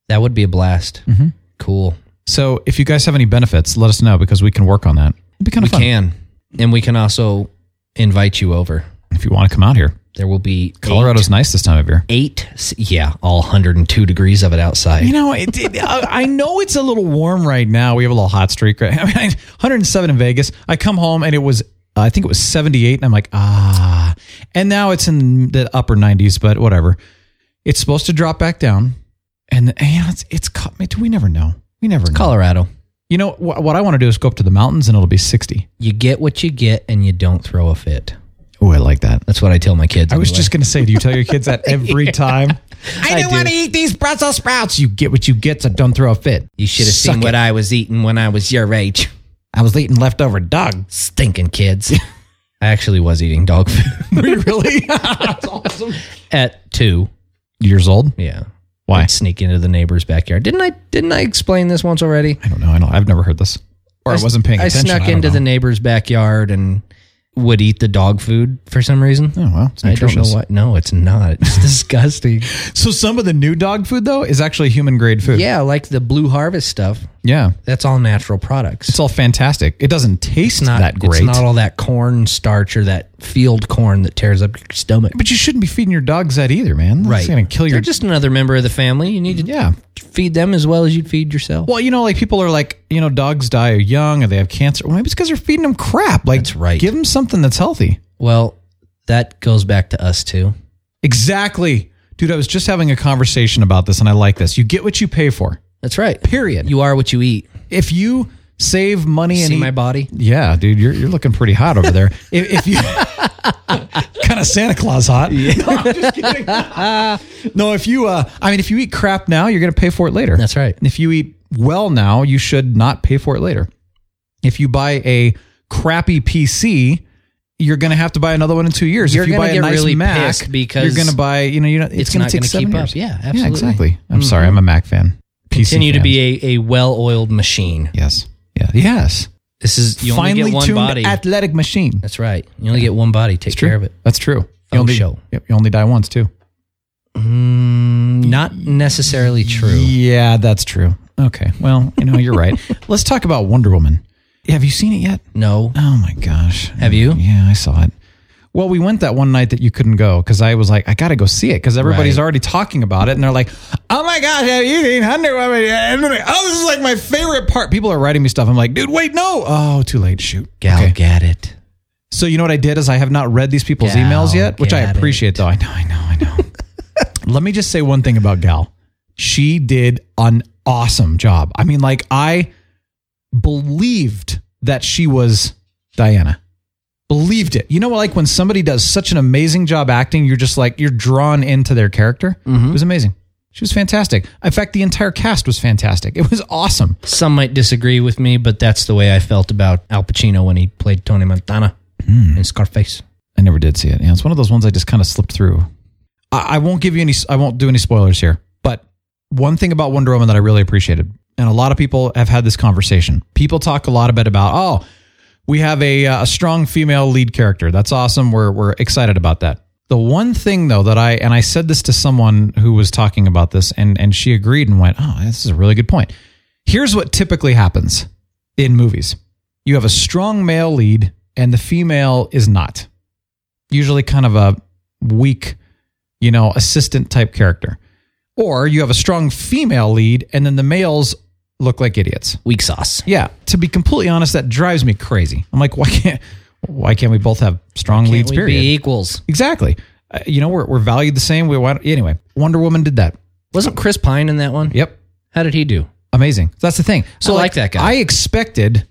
Speaker 8: That would be a blast.
Speaker 11: Mm-hmm.
Speaker 8: Cool.
Speaker 11: So if you guys have any benefits, let us know because we can work on that. It'd be kind
Speaker 8: We
Speaker 11: of fun
Speaker 8: can, and we can also invite you over.
Speaker 11: if you want to come out here.
Speaker 8: There will be
Speaker 11: Colorado's nice this time of year.
Speaker 8: eight, eight yeah, all 102 degrees of it outside.
Speaker 11: You know, it, it, I I know it's a little warm right now. We have a little hot streak. Right? I mean, 107 in Vegas. I come home and it was, uh, I think it was 78, and I'm like, ah. And now it's in the upper 90s, but whatever. It's supposed to drop back down, and and, you know, it's it's co- we never know. We never know.
Speaker 8: Colorado.
Speaker 11: You know wh- what I want to do is go up to the mountains and it'll be 60.
Speaker 8: You get what you get, and you don't throw a fit.
Speaker 11: Oh, I like that.
Speaker 8: That's what I tell my kids.
Speaker 11: I was
Speaker 8: anyway.
Speaker 11: just going to say, do you tell your kids that every time? I don't
Speaker 8: do.
Speaker 11: want to eat these Brussels sprouts. You get what you get, so don't throw a fit.
Speaker 8: You should have
Speaker 11: Suck
Speaker 8: seen
Speaker 11: it.
Speaker 8: what I was eating when I was your age.
Speaker 11: I was eating leftover dog.
Speaker 8: Stinking kids. I actually was eating dog food
Speaker 11: Were you really?
Speaker 8: at two.
Speaker 11: Years old?
Speaker 8: Yeah.
Speaker 11: Why?
Speaker 8: I'd sneak into the neighbor's backyard. Didn't I? Didn't I explain this once already?
Speaker 11: I don't know. I don't. I've never heard this, or I, wasn't paying
Speaker 8: I
Speaker 11: attention.
Speaker 8: snuck into the neighbor's backyard and would eat the dog food for some reason.
Speaker 11: Oh well, it's
Speaker 8: I don't know
Speaker 11: nutritious.
Speaker 8: what. No, it's not. It's disgusting.
Speaker 11: So some of the new dog food though is actually human grade food.
Speaker 8: yeah, like the Blue Harvest stuff.
Speaker 11: yeah.
Speaker 8: That's all natural products.
Speaker 11: It's all fantastic. It doesn't taste
Speaker 8: not
Speaker 11: that great.
Speaker 8: It's not all that corn starch or that field corn that tears up your stomach.
Speaker 11: but you shouldn't be feeding your dogs that either, man. That's
Speaker 8: right,
Speaker 11: going to kill your. Mm-hmm.
Speaker 8: They're just another member of the family. You need to
Speaker 11: yeah.
Speaker 8: feed them as well as you'd feed yourself.
Speaker 11: Well, you know, like people are like, you know, dogs die young or they have cancer. Well, maybe it's because they're feeding them crap. Like,
Speaker 8: That's right.
Speaker 11: Give them something that's healthy.
Speaker 8: Well, that goes back to us too.
Speaker 11: Exactly, dude. I was just having a conversation about this, and I like this. You get what you pay for.
Speaker 8: That's right.
Speaker 11: Period.
Speaker 8: You are what you eat.
Speaker 11: if you save money and
Speaker 8: See
Speaker 11: eat,
Speaker 8: my body?
Speaker 11: yeah, dude, you're you're looking pretty hot over there. if, if you kind of Santa Claus hot. No, I'm just kidding. no, if you, uh, I mean, if you eat crap now, you're gonna pay for it later.
Speaker 8: That's right.
Speaker 11: And if you eat well now, you should not pay for it later. If you buy a crappy PC. You're gonna have to buy another one in two years.
Speaker 8: You're
Speaker 11: if you
Speaker 8: gonna
Speaker 11: buy
Speaker 8: get
Speaker 11: a nice
Speaker 8: really
Speaker 11: Mac,
Speaker 8: pissed because
Speaker 11: you're gonna buy, you know, you know, it's,
Speaker 8: it's
Speaker 11: gonna
Speaker 8: not
Speaker 11: take
Speaker 8: gonna
Speaker 11: seven
Speaker 8: keep up.
Speaker 11: years.
Speaker 8: Yeah, absolutely. Mm-hmm.
Speaker 11: exactly. I'm sorry, I'm a Mac fan. PC
Speaker 8: Continue to
Speaker 11: fan.
Speaker 8: be a, a well oiled machine.
Speaker 11: Yes. Yeah. Yes.
Speaker 8: This is you only get one body.
Speaker 11: athletic machine.
Speaker 8: That's right. You only get one body. Take
Speaker 11: true.
Speaker 8: care of it.
Speaker 11: That's true.
Speaker 8: Faux
Speaker 11: You only,
Speaker 8: show.
Speaker 11: Yep, you only die once too.
Speaker 8: Mm, not necessarily true.
Speaker 11: Yeah, that's true. Okay. Well, you know, you're right. Let's talk about Wonder Woman. Have you seen it yet?
Speaker 8: No.
Speaker 11: Oh my gosh.
Speaker 8: Have you?
Speaker 11: Yeah, I saw it. Well, we went that one night that you couldn't go because I was like, I gotta go see it because everybody's
Speaker 8: Right.
Speaker 11: already talking about it and they're like, Oh my gosh, have you seen Wonder Woman? yet?" And I'm like, Oh, this is like my favorite part. People are writing me stuff. I'm like, dude, wait, no. Oh, too late. Shoot.
Speaker 8: Gal
Speaker 11: Okay.
Speaker 8: get it.
Speaker 11: So you know what I did is I have not read these people's
Speaker 8: Gal,
Speaker 11: emails yet, which I
Speaker 8: get
Speaker 11: appreciate though. I know, I know, I know. Let me just say one thing about Gal. She did an awesome job. I mean, like I believed that she was Diana. Believed it. You know, like when somebody does such an amazing job acting, you're just like you're drawn into their character. It was amazing. She was fantastic. In fact, the entire cast was fantastic. It was awesome.
Speaker 8: Some might disagree with me, but that's the way I felt about Al Pacino when he played Tony Montana
Speaker 11: Hmm.
Speaker 8: in Scarface.
Speaker 11: I never did see it. Yeah, it's one of those ones I just kind of slipped through. I, I won't give you any. I won't do any spoilers here. But one thing about Wonder Woman that I really appreciated, and a lot of people have had this conversation. People talk a lot about about oh, we have a uh, a strong female lead character. That's awesome. We're we're excited about that. The one thing though that I and I said this to someone who was talking about this, and and she agreed and went, oh, this is a really good point. Here's what typically happens in movies: you have a strong male lead, and the female is not usually kind of a weak, you know, assistant type character. Or you have a strong female lead and then the males look like idiots.
Speaker 8: Weak sauce.
Speaker 11: Yeah, to be completely honest, that drives me crazy. I'm like, why can't why can't we both have strong leads?
Speaker 8: Can't we
Speaker 11: Period.
Speaker 8: be equals?
Speaker 11: Exactly. Uh, you know, we're, we're valued the same. We want anyway. Wonder Woman did that.
Speaker 8: Wasn't Chris Pine in that one?
Speaker 11: Yep,
Speaker 8: How did he do?
Speaker 11: amazing. That's the thing.
Speaker 8: I like that guy.
Speaker 11: I expected,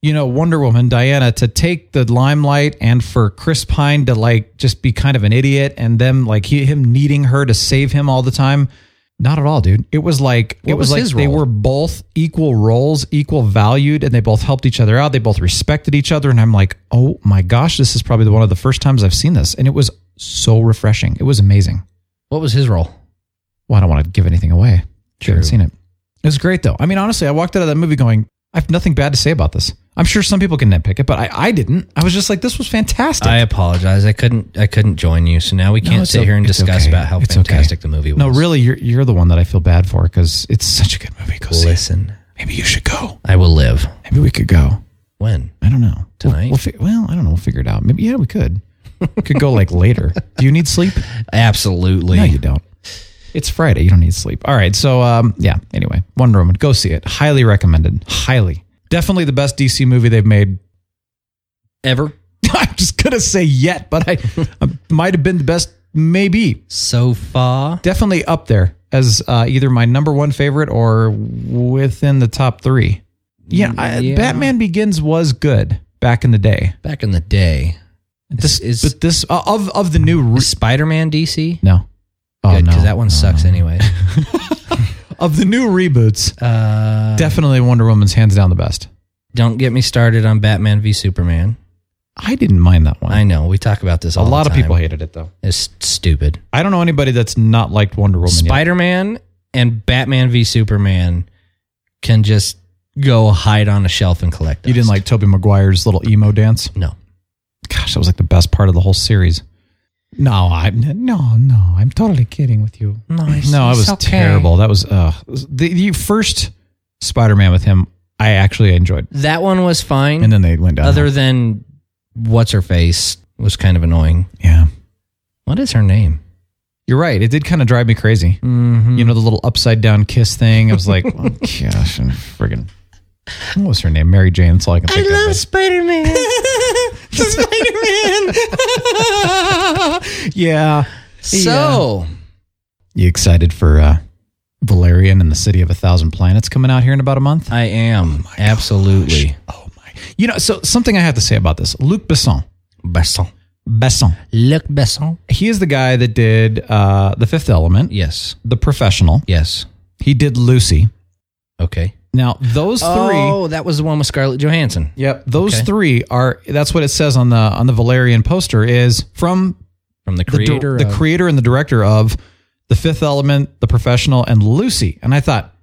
Speaker 11: you know, Wonder Woman Diana to take the limelight and for Chris Pine to like just be kind of an idiot and them like he, him needing her to save him all the time. Not at all, dude. It was like it
Speaker 8: What
Speaker 11: was,
Speaker 8: was
Speaker 11: like
Speaker 8: his
Speaker 11: they
Speaker 8: role?
Speaker 11: were both equal roles, equal valued, and they both helped each other out. They both respected each other, and I'm like, oh my gosh, this is probably one of the first times I've seen this, and it was so refreshing. It was amazing.
Speaker 8: What was his role?
Speaker 11: Well, I don't want to give anything away.
Speaker 8: True.
Speaker 11: Sure. Haven't seen it. It was great though. I mean, honestly, I walked out of that movie going, I have nothing bad to say about this. I'm sure some people can nitpick it, but I, I didn't. I was just like, this was fantastic.
Speaker 8: I apologize. I couldn't. I couldn't join you, so now we
Speaker 11: No,
Speaker 8: can't
Speaker 11: it's
Speaker 8: sit
Speaker 11: o-
Speaker 8: here and
Speaker 11: it's
Speaker 8: discuss
Speaker 11: okay.
Speaker 8: about how
Speaker 11: It's okay.
Speaker 8: fantastic the movie was.
Speaker 11: No, really, you're you're the one that I feel bad for because it's such a good movie. Go see it.
Speaker 8: Listen,
Speaker 11: Maybe you should go.
Speaker 8: I will live.
Speaker 11: Maybe we could go.
Speaker 8: When?
Speaker 11: I don't know
Speaker 8: Tonight?
Speaker 11: We'll, we'll, fi- well, I don't know. We'll figure it out. Maybe yeah, we could. could go like later. Do you need sleep?
Speaker 8: Absolutely.
Speaker 11: No, you don't. It's Friday. You don't need sleep. All right. So, um, yeah. Anyway, Wonder Woman. Go see it. Highly recommended. Highly. Definitely the best DC movie they've made.
Speaker 8: Ever.
Speaker 11: I'm just gonna say yet, but I, I might have been the best. Maybe.
Speaker 8: So far.
Speaker 11: Definitely up there as uh, either my number one favorite or within the top three. Yeah, I,
Speaker 8: Yeah.
Speaker 11: Batman Begins was good back in the day.
Speaker 8: Back in the day.
Speaker 11: This
Speaker 8: is-
Speaker 11: but this uh, of of the new re-
Speaker 8: Is Spider Man DC?
Speaker 11: no. Oh
Speaker 8: Good,
Speaker 11: no,
Speaker 8: that one
Speaker 11: No,
Speaker 8: sucks
Speaker 11: no.
Speaker 8: anyway.
Speaker 11: Of the new reboots,
Speaker 8: Uh,
Speaker 11: definitely Wonder Woman's hands down the best.
Speaker 8: don't get me started on Batman v Superman.
Speaker 11: I didn't mind that one.
Speaker 8: I know we talk about this.
Speaker 11: a
Speaker 8: All
Speaker 11: lot
Speaker 8: the
Speaker 11: of people
Speaker 8: time.
Speaker 11: hated it though.
Speaker 8: It's stupid.
Speaker 11: I don't know anybody that's not liked Wonder Woman. yet.
Speaker 8: Spider Man and Batman v Superman can just go hide on a shelf and collect.
Speaker 11: You didn't
Speaker 8: dust.
Speaker 11: like Toby Maguire's little emo dance?
Speaker 8: No.
Speaker 11: Gosh, that was like the best part of the whole series. No, I no no. I'm totally kidding with you.
Speaker 8: No,
Speaker 11: No, it was terrible. That was uh the, the first Spider-Man with him. I actually enjoyed,
Speaker 8: That one was fine.
Speaker 11: and then they went down.
Speaker 8: other than what's her face was kind of annoying.
Speaker 11: yeah,
Speaker 8: What is her name?
Speaker 11: you're right. It did kind of drive me crazy.
Speaker 8: Mm-hmm.
Speaker 11: You know the little upside down kiss thing. I was like, oh, gosh, and friggin' what was her name? Mary Jane. That's all I can think of. but-
Speaker 10: Spider Man.
Speaker 11: yeah.
Speaker 8: So
Speaker 11: You excited for uh, Valerian and the City of a Thousand Planets coming out here in about a month?
Speaker 8: I am absolutely
Speaker 11: Oh my! You know, so something I have to say about this: Luc Besson.
Speaker 8: Besson.
Speaker 11: Besson.
Speaker 8: Luc Besson.
Speaker 11: He is the guy that did uh, The Fifth Element,
Speaker 8: Yes.
Speaker 11: The Professional.
Speaker 8: Yes.
Speaker 11: He did Lucy.
Speaker 8: Okay.
Speaker 11: Now those three.
Speaker 8: Oh, that was the one with Scarlett Johansson.
Speaker 11: Yep, those
Speaker 8: Okay.
Speaker 11: three are. That's what it says on the on the Valerian poster is from
Speaker 8: From the
Speaker 11: the di-
Speaker 8: creator.
Speaker 11: the,
Speaker 8: of-
Speaker 11: creator and the director of the Fifth Element, the Professional, and Lucy. And I thought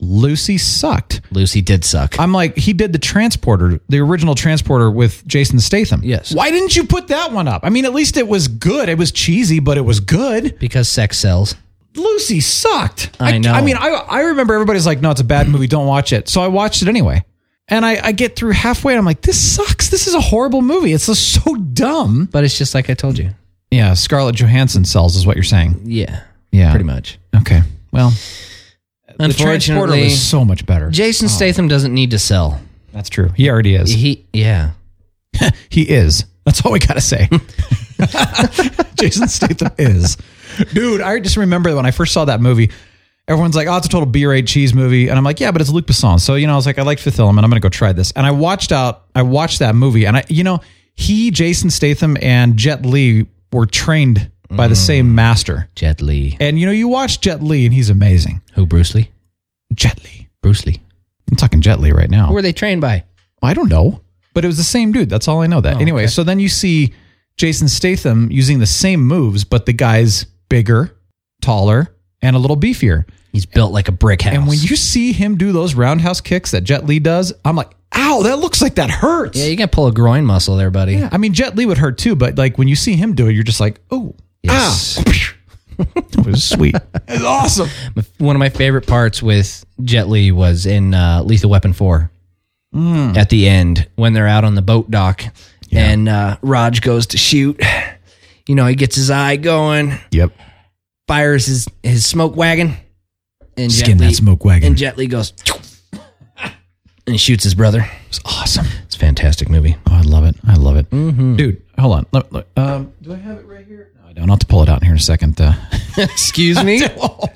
Speaker 11: Lucy sucked.
Speaker 8: Lucy did suck.
Speaker 11: I'm like, he did the transporter, the original transporter with Jason Statham.
Speaker 8: Yes.
Speaker 11: Why didn't you put that one up? I mean, at least it was good. It was cheesy, but it was good.
Speaker 8: because sex sells.
Speaker 11: Lucy sucked.
Speaker 8: I know.
Speaker 11: I mean, I I remember everybody's like, no, it's a bad movie. Don't watch it. So I watched it anyway. And I, I get through halfway and I'm like, this sucks. This is a horrible movie. It's just so dumb.
Speaker 8: But it's just like I told you.
Speaker 11: Yeah, Scarlett Johansson sells is what you're saying.
Speaker 8: Yeah.
Speaker 11: Yeah.
Speaker 8: Pretty much.
Speaker 11: Okay. Well, the transporter
Speaker 8: Unfortunately,
Speaker 11: was so much better. Oh,
Speaker 8: Jason Statham doesn't need to sell.
Speaker 11: That's true. He already is.
Speaker 8: He yeah.
Speaker 11: He is. That's all we gotta say. Jason Statham is. Dude, I just remember when I first saw that movie. Everyone's like, "Oh, it's a total B-rate cheese movie," and I'm like, "Yeah, but it's Luc Besson." So you know, I was like, "I like Fifth Element. I'm gonna go try this." And I watched out. I watched that movie, and I, you know, he, Jason Statham, and Jet Li were trained by the same master.
Speaker 8: Jet Li.
Speaker 11: And you know, you watch Jet Li, and he's amazing.
Speaker 8: Who Bruce Lee?
Speaker 11: Jet Li.
Speaker 8: Bruce Lee.
Speaker 11: I'm talking Jet Li right now.
Speaker 8: Who were they trained by?
Speaker 11: I don't know, but it was the same dude. That's all I know.
Speaker 8: Oh,
Speaker 11: That anyway. So then you see Jason Statham using the same moves, but the guy's bigger, taller, and a little beefier.
Speaker 8: He's built like a brick house.
Speaker 11: And when you see him do those roundhouse kicks that Jet Li does, I'm like, ow, that looks like that hurts.
Speaker 8: yeah, you can pull a groin muscle there, buddy.
Speaker 11: Yeah, I mean, Jet Li would hurt too, but like when you see him do it, you're just like, oh,
Speaker 8: Yes.
Speaker 11: it was sweet. it's awesome.
Speaker 8: One of my favorite parts with Jet Li was in uh, Lethal Weapon Four.
Speaker 11: Hmm.
Speaker 8: At the end, when they're out on the boat dock, and uh, Raj goes to shoot, you know, he gets his eye going,
Speaker 11: Yep.
Speaker 8: fires his his smoke wagon, and Jet
Speaker 11: Skin
Speaker 8: Li-
Speaker 11: that smoke wagon.
Speaker 8: And Jet Li goes and shoots his brother.
Speaker 11: It's awesome.
Speaker 8: It's a fantastic movie.
Speaker 11: Oh, I love it. I love it. Dude, hold on. Let, let- Mm-hmm. um, do I have it right here? No, I don't. I'll have to pull it out here in a second. Uh,
Speaker 8: Excuse me.
Speaker 11: uh, Tor-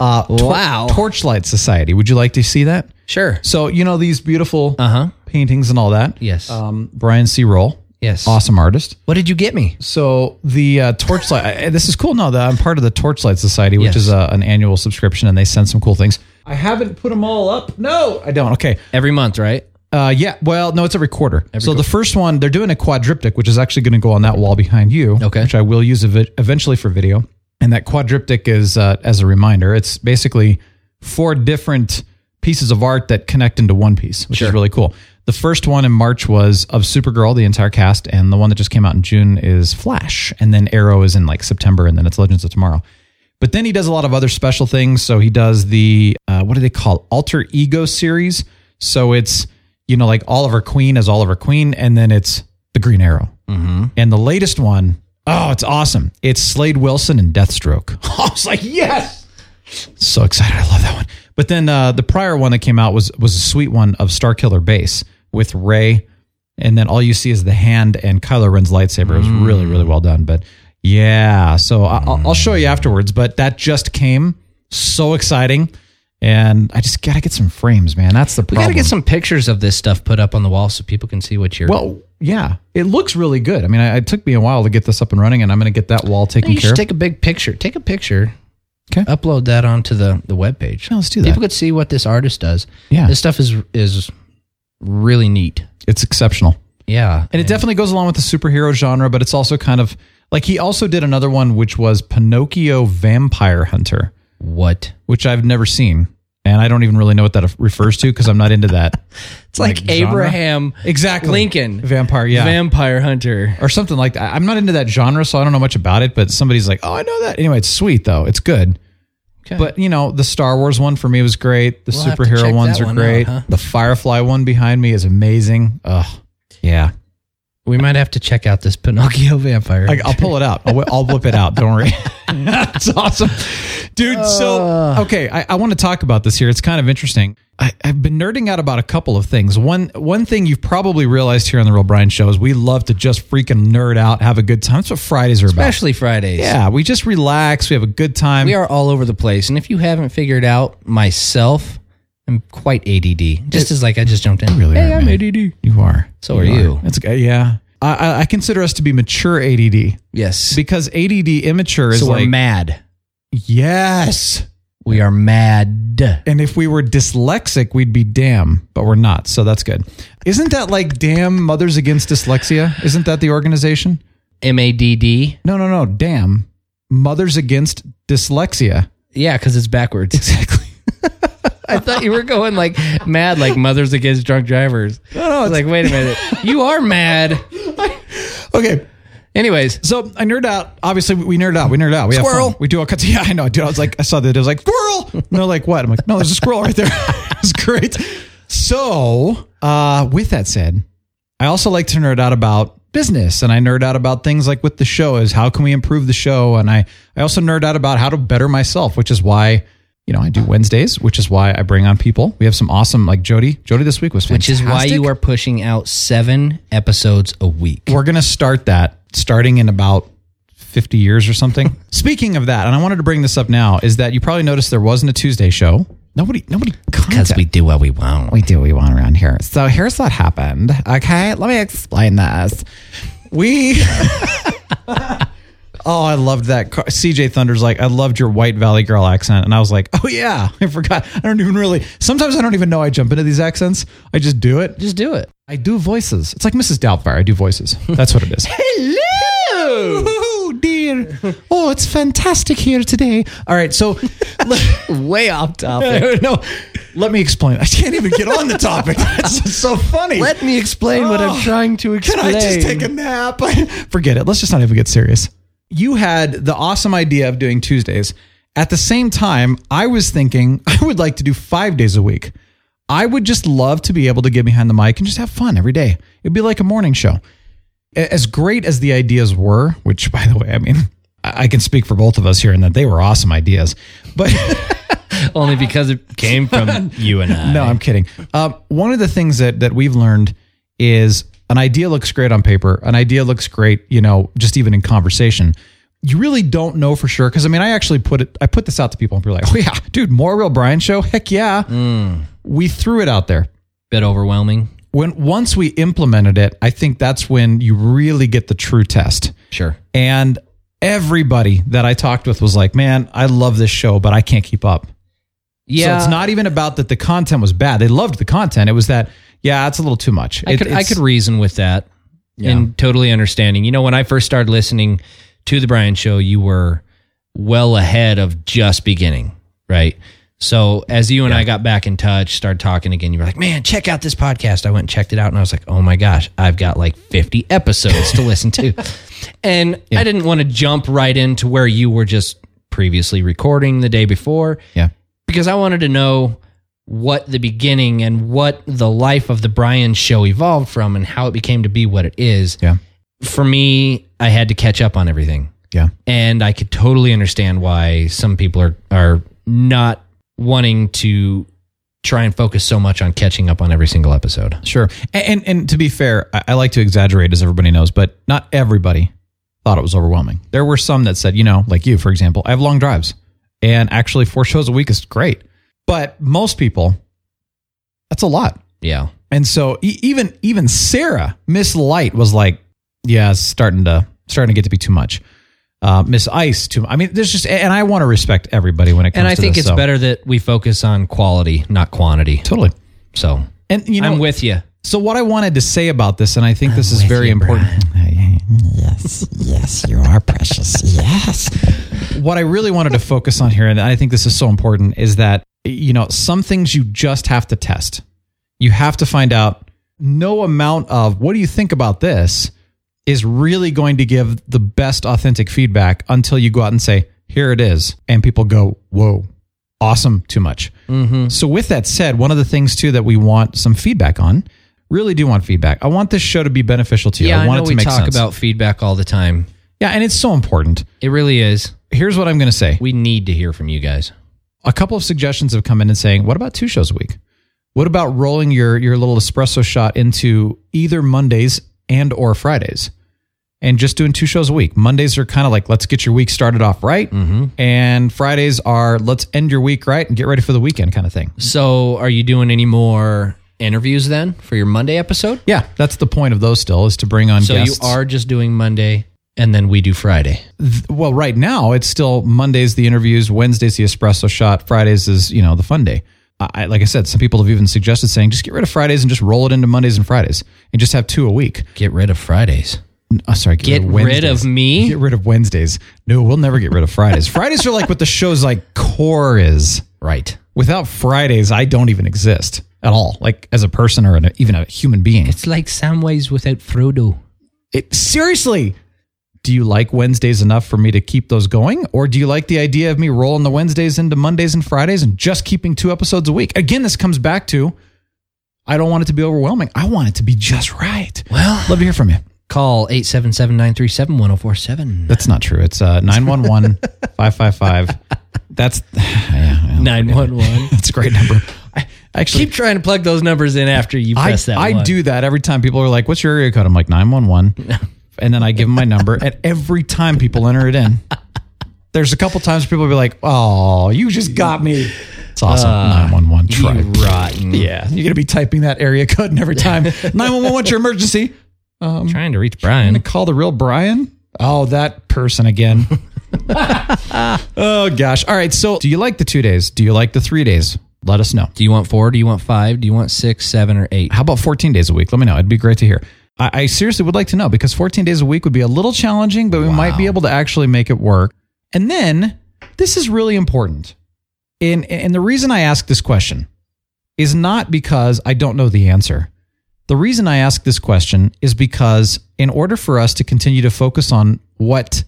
Speaker 11: Uh,
Speaker 8: Wow.
Speaker 11: Torchlight Society. Would you like to see that?
Speaker 8: Sure.
Speaker 11: So, you know, these beautiful
Speaker 8: Uh huh.
Speaker 11: paintings and all that.
Speaker 8: Yes.
Speaker 11: Um, Brian C. Roll.
Speaker 8: Yes.
Speaker 11: Awesome artist.
Speaker 8: What did you get me?
Speaker 11: So the uh, Torchlight, I, this is cool. No, the, I'm part of the Torchlight Society, which
Speaker 8: Yes.
Speaker 11: is uh an annual subscription, and they send some cool things. I haven't put them all up. No, I don't. Okay.
Speaker 8: Every month, right?
Speaker 11: Uh, yeah. Well, no, it's every quarter. so the first one, they're doing a quadriptych, which is actually going to go on that wall behind you.
Speaker 8: Okay.
Speaker 11: Which I will use ev- eventually for video. And that quadriptych is, uh, as a reminder, it's basically four different pieces of art that connect into one piece, which is really cool. The first one in March was of Supergirl, the entire cast, and the one that just came out in June is Flash, and then Arrow is in like September, and then it's Legends of Tomorrow. But then he does a lot of other special things. So he does the uh, what do they call alter ego series? So it's you know like Oliver Queen as Oliver Queen, and then it's the Green Arrow, mm-hmm. and the latest one, oh, it's awesome! It's Slade Wilson and Deathstroke. I was like, yes, so excited! I love that one. But then uh, the prior one that came out was was a sweet one of Starkiller Base with Ray, and then all you see is the hand and Kylo Ren's lightsaber. It was
Speaker 8: Mm.
Speaker 11: really really well done. But yeah, so I, I'll I'll show you afterwards. But that just came so exciting, and I just gotta get some frames, man. That's the
Speaker 8: We
Speaker 11: problem.
Speaker 8: got to get some pictures of this stuff put up on the wall so people can see what you're.
Speaker 11: Well, yeah, it looks really good. I mean, I, it took me a while to get this up and running, and I'm going to get that wall taken
Speaker 8: you
Speaker 11: care
Speaker 8: should
Speaker 11: of.
Speaker 8: take a big picture. Take a picture.
Speaker 11: 'Kay.
Speaker 8: Upload that onto the the webpage.
Speaker 11: Yeah, let's do that.
Speaker 8: People could see what this artist does.
Speaker 11: Yeah.
Speaker 8: This stuff is is really neat.
Speaker 11: it's exceptional,
Speaker 8: Yeah.
Speaker 11: and it definitely goes along with the superhero genre, but it's also kind of like he also did another one, which was Pinocchio Vampire Hunter,
Speaker 8: what?
Speaker 11: which I've never seen, and I don't even really know what that refers to because I'm not into that.
Speaker 8: It's like,
Speaker 11: Like genre?
Speaker 8: Abraham
Speaker 11: Exactly.
Speaker 8: Lincoln
Speaker 11: Vampire, yeah.
Speaker 8: Vampire Hunter.
Speaker 11: or something like that. I'm not into that genre, so I don't know much about it. But somebody's like, "Oh, I know that." Anyway, it's sweet though. It's good. But you know, the Star Wars one for me was great. The
Speaker 8: We'll have to
Speaker 11: superhero
Speaker 8: check
Speaker 11: ones
Speaker 8: that
Speaker 11: are
Speaker 8: one out,
Speaker 11: great.
Speaker 8: huh?
Speaker 11: The Firefly one behind me is amazing. Ugh, yeah.
Speaker 8: We might have to check out this Pinocchio Vampire.
Speaker 11: Like I'll pull it out. I'll, whi- I'll whip it out. Don't worry. It's awesome, dude. So
Speaker 8: Uh.
Speaker 11: okay, I, I want to talk about this here. It's kind of interesting. I, I've been nerding out about a couple of things. One one thing you've probably realized here on the Real Brian Show is we love to just freaking nerd out, have a good time. That's what Fridays are about.
Speaker 8: Especially Fridays.
Speaker 11: Yeah, we just relax. We have a good time.
Speaker 8: We are all over the place. And if you haven't figured out myself, I'm quite ADD. Just as like I just jumped in.
Speaker 11: really
Speaker 8: hey,
Speaker 11: are,
Speaker 8: I'm
Speaker 11: man.
Speaker 8: ADD.
Speaker 11: You are.
Speaker 8: So are you.
Speaker 11: That's good. Yeah. I, I, I consider us to be mature ADD
Speaker 8: Yes.
Speaker 11: because ADD immature is
Speaker 8: so
Speaker 11: like
Speaker 8: we're mad.
Speaker 11: yes.
Speaker 8: We are mad.
Speaker 11: And if we were dyslexic, we'd be damn, but we're not. So that's good. Isn't that like damn mothers against dyslexia? Isn't that the organization?
Speaker 8: M A D D.
Speaker 11: No, no, no. Damn mothers against dyslexia.
Speaker 8: Yeah, because it's backwards. Exactly. I thought you were going like mad, like mothers against drunk drivers. No, no, Oh, it's like wait a minute, you are mad.
Speaker 11: Okay.
Speaker 8: Anyways,
Speaker 11: So I nerd out. Obviously, we- we nerd out. We nerd out. We have
Speaker 8: Squirrel.
Speaker 11: fun. We do all kinds. Of, yeah, I know, dude. I was like, I saw that. It was like squirrel. And they're like, what? I'm like, no, there's a squirrel right there. it's great. So, uh, with that said, I also like to nerd out about business, and I nerd out about things like with the show is how can we improve the show, and I I also nerd out about how to better myself, which is why. You know, I do Wednesdays, which is why I bring on people. We have some awesome, like Jody. Jody this week was
Speaker 8: which
Speaker 11: fantastic.
Speaker 8: is why you are pushing out seven episodes a week.
Speaker 11: We're going to start that starting in about 50 years or something. Speaking of that, and I wanted to bring this up now, is that you probably noticed there wasn't a Tuesday show. Nobody, nobody,
Speaker 8: Because we do what we want.
Speaker 11: we do what we want around here. So here's what happened. Okay, let me explain this. We. Oh, I loved that. car- CJ Thunder's like, I loved your White Valley girl accent. And I was like, oh, yeah, I forgot. I don't even really. Sometimes I don't even know I jump into these accents. I just do it.
Speaker 8: Just do it.
Speaker 11: I do voices. It's like Mrs. Doubtfire. I do voices. That's what it is. Hello, oh, dear. Oh, it's fantastic here today. All right, so
Speaker 8: Way off topic.
Speaker 11: no, let me explain. I can't even get on the topic. That's just so funny.
Speaker 8: Let me explain what
Speaker 11: Oh,
Speaker 8: I'm trying to explain.
Speaker 11: Can I just take a nap? Forget it. Let's just not even get serious. You had the awesome idea of doing Tuesdays. At the same time, I was thinking I would like to do five days a week. I would just love to be able to get behind the mic and just have fun every day. It'd be like a morning show. A- As great as the ideas were, which by the way, I mean, I I can speak for both of us here in that they were awesome ideas, but.
Speaker 8: Only because it came from you and I.
Speaker 11: No, I'm kidding. Um, one of the things that that we've learned is an idea looks great on paper. An idea looks great, you know, just even in conversation. You really don't know for sure because I mean, I actually put it. I put this out to people and people are like, "Oh yeah, dude, more real Brian show? Heck yeah!"
Speaker 8: Mm.
Speaker 11: We threw it out there.
Speaker 8: Bit overwhelming.
Speaker 11: When once we implemented it, I think that's when you really get the true test.
Speaker 8: Sure.
Speaker 11: And everybody that I talked with was like, "Man, I love this show, but I can't keep up."
Speaker 8: Yeah.
Speaker 11: So it's not even about that the content was bad. They loved the content. It was that, yeah, it's a little too much.
Speaker 8: I
Speaker 11: It-
Speaker 8: could I
Speaker 11: it's-
Speaker 8: could reason with that, and totally understanding. You know, when I first started listening to the Brian Show, you were well ahead of just beginning, right? So as you and I got back in touch, started talking again, you were like, "Man, check out this podcast." I went and checked it out, and I was like, "Oh my gosh, I've got like 50 episodes to listen to," and I didn't want to jump right into where you were just previously recording the day before
Speaker 11: Yeah.
Speaker 8: because I wanted to know what the beginning and what the life of the Brian show evolved from and how it became to be what it is.
Speaker 11: Yeah.
Speaker 8: For me, I had to catch up on everything.
Speaker 11: Yeah.
Speaker 8: And I could totally understand why some people are are not wanting to try and focus so much on catching up on every single episode.
Speaker 11: Sure. And and, and to be fair, I, I like to exaggerate, as everybody knows, but not everybody thought it was overwhelming. There were some that said, you know, like you, for example, I have long drives, and actually four shows a week is great. But most people, that's a lot.
Speaker 8: Yeah.
Speaker 11: And so e- even even Sarah, Miss Light was like, yeah, it's starting to starting to get to be too much. Uh, Miss Ice, too. I mean, there's just, and I want to respect everybody when it comes.
Speaker 8: And I
Speaker 11: to
Speaker 8: think
Speaker 11: this,
Speaker 8: it's
Speaker 11: so-
Speaker 8: better that we focus on quality, not quantity.
Speaker 11: Totally.
Speaker 8: So
Speaker 11: And you know,
Speaker 8: I'm with you.
Speaker 11: so what I wanted to say about this, and I think this is very important.
Speaker 9: Yes, yes, you are precious. Yes.
Speaker 11: what I really wanted to focus on here, and I think this is so important, is that, you know, some things you just have to test. You have to find out no amount of what do you think about this is really going to give the best authentic feedback until you go out and say, here it is. And people go, whoa, awesome, too much.
Speaker 8: Mm-hmm.
Speaker 11: So, with that said, one of the things too that we want some feedback on, really do want feedback. I want this show to be beneficial to you.
Speaker 8: Yeah, I,
Speaker 11: want
Speaker 8: know
Speaker 11: it to
Speaker 8: we
Speaker 11: make
Speaker 8: talk
Speaker 11: sense.
Speaker 8: about feedback all the time.
Speaker 11: yeah, and it's so important.
Speaker 8: It really is.
Speaker 11: Here's what I'm going to say.
Speaker 8: We need to hear from you guys.
Speaker 11: a couple of suggestions have come in and saying, what about two shows a week? What about rolling your your little espresso shot into either Mondays and or Fridays? And just doing two shows a week. Mondays are kind of like let's get your week started off right,
Speaker 8: Mm-hmm.
Speaker 11: and Fridays are let's end your week right and get ready for the weekend kind of thing.
Speaker 8: So, are you doing any more interviews then for your Monday episode?
Speaker 11: Yeah, that's the point of those still is to bring on
Speaker 8: So
Speaker 11: guests.
Speaker 8: you are just doing Monday, and then we do Friday.
Speaker 11: well right now it's still mondays the interviews wednesdays the espresso shot fridays is you know the fun day I, I- like i said some people have even suggested saying just get rid of fridays and just roll it into mondays and fridays and just have two a week
Speaker 8: Get rid of Fridays.
Speaker 11: oh, sorry
Speaker 8: Get rid of
Speaker 11: Wednesdays.
Speaker 8: me?
Speaker 11: get rid of wednesdays no we'll never get rid of fridays fridays are like what the show's like core is
Speaker 8: Right.
Speaker 11: without fridays i don't even exist at all like as a person or an, even a human being
Speaker 8: It's like Samways without Frodo.
Speaker 11: it, seriously, do you like Wednesdays enough for me to keep those going? Or do you like the idea of me rolling the Wednesdays into Mondays and Fridays and just keeping two episodes a week? Again, this comes back to I don't want it to be overwhelming. I want it to be just right.
Speaker 8: Well-
Speaker 11: love to hear from you.
Speaker 8: Call 877-937-1047.
Speaker 11: That's not true. It's uh, 911 555. That's yeah, yeah.
Speaker 8: 911.
Speaker 11: That's a great number. I, actually,
Speaker 8: Keep trying to plug those numbers in after you
Speaker 11: I,
Speaker 8: press that
Speaker 11: I
Speaker 8: one.
Speaker 11: do that every time people are like, what's your area code? I'm like, 911. and then I give them my number. And every time people enter it in, there's a couple times people will be like, oh, you just got me. It's awesome. 911
Speaker 8: Uh, You
Speaker 11: try.
Speaker 8: rotten.
Speaker 11: Yeah. You're going to be typing that area code and every time. 911, what's your emergency?
Speaker 8: Trying to reach
Speaker 11: And
Speaker 8: Brian.
Speaker 11: call the real Brian. Oh, that person again. oh, gosh. All right. So, do you like the two days? Do you like the three days? Let us know.
Speaker 8: Do you want four? Do you want five? Do you want six, seven, or eight?
Speaker 11: How about 14 days a week? Let me know. It'd be great to hear. I, I seriously would like to know because 14 days a week would be a little challenging, but we might be able to actually make it work. And then this is really important. And, and the reason I ask this question is not because I don't know the answer. The reason I ask this question is because in order for us to continue to focus on what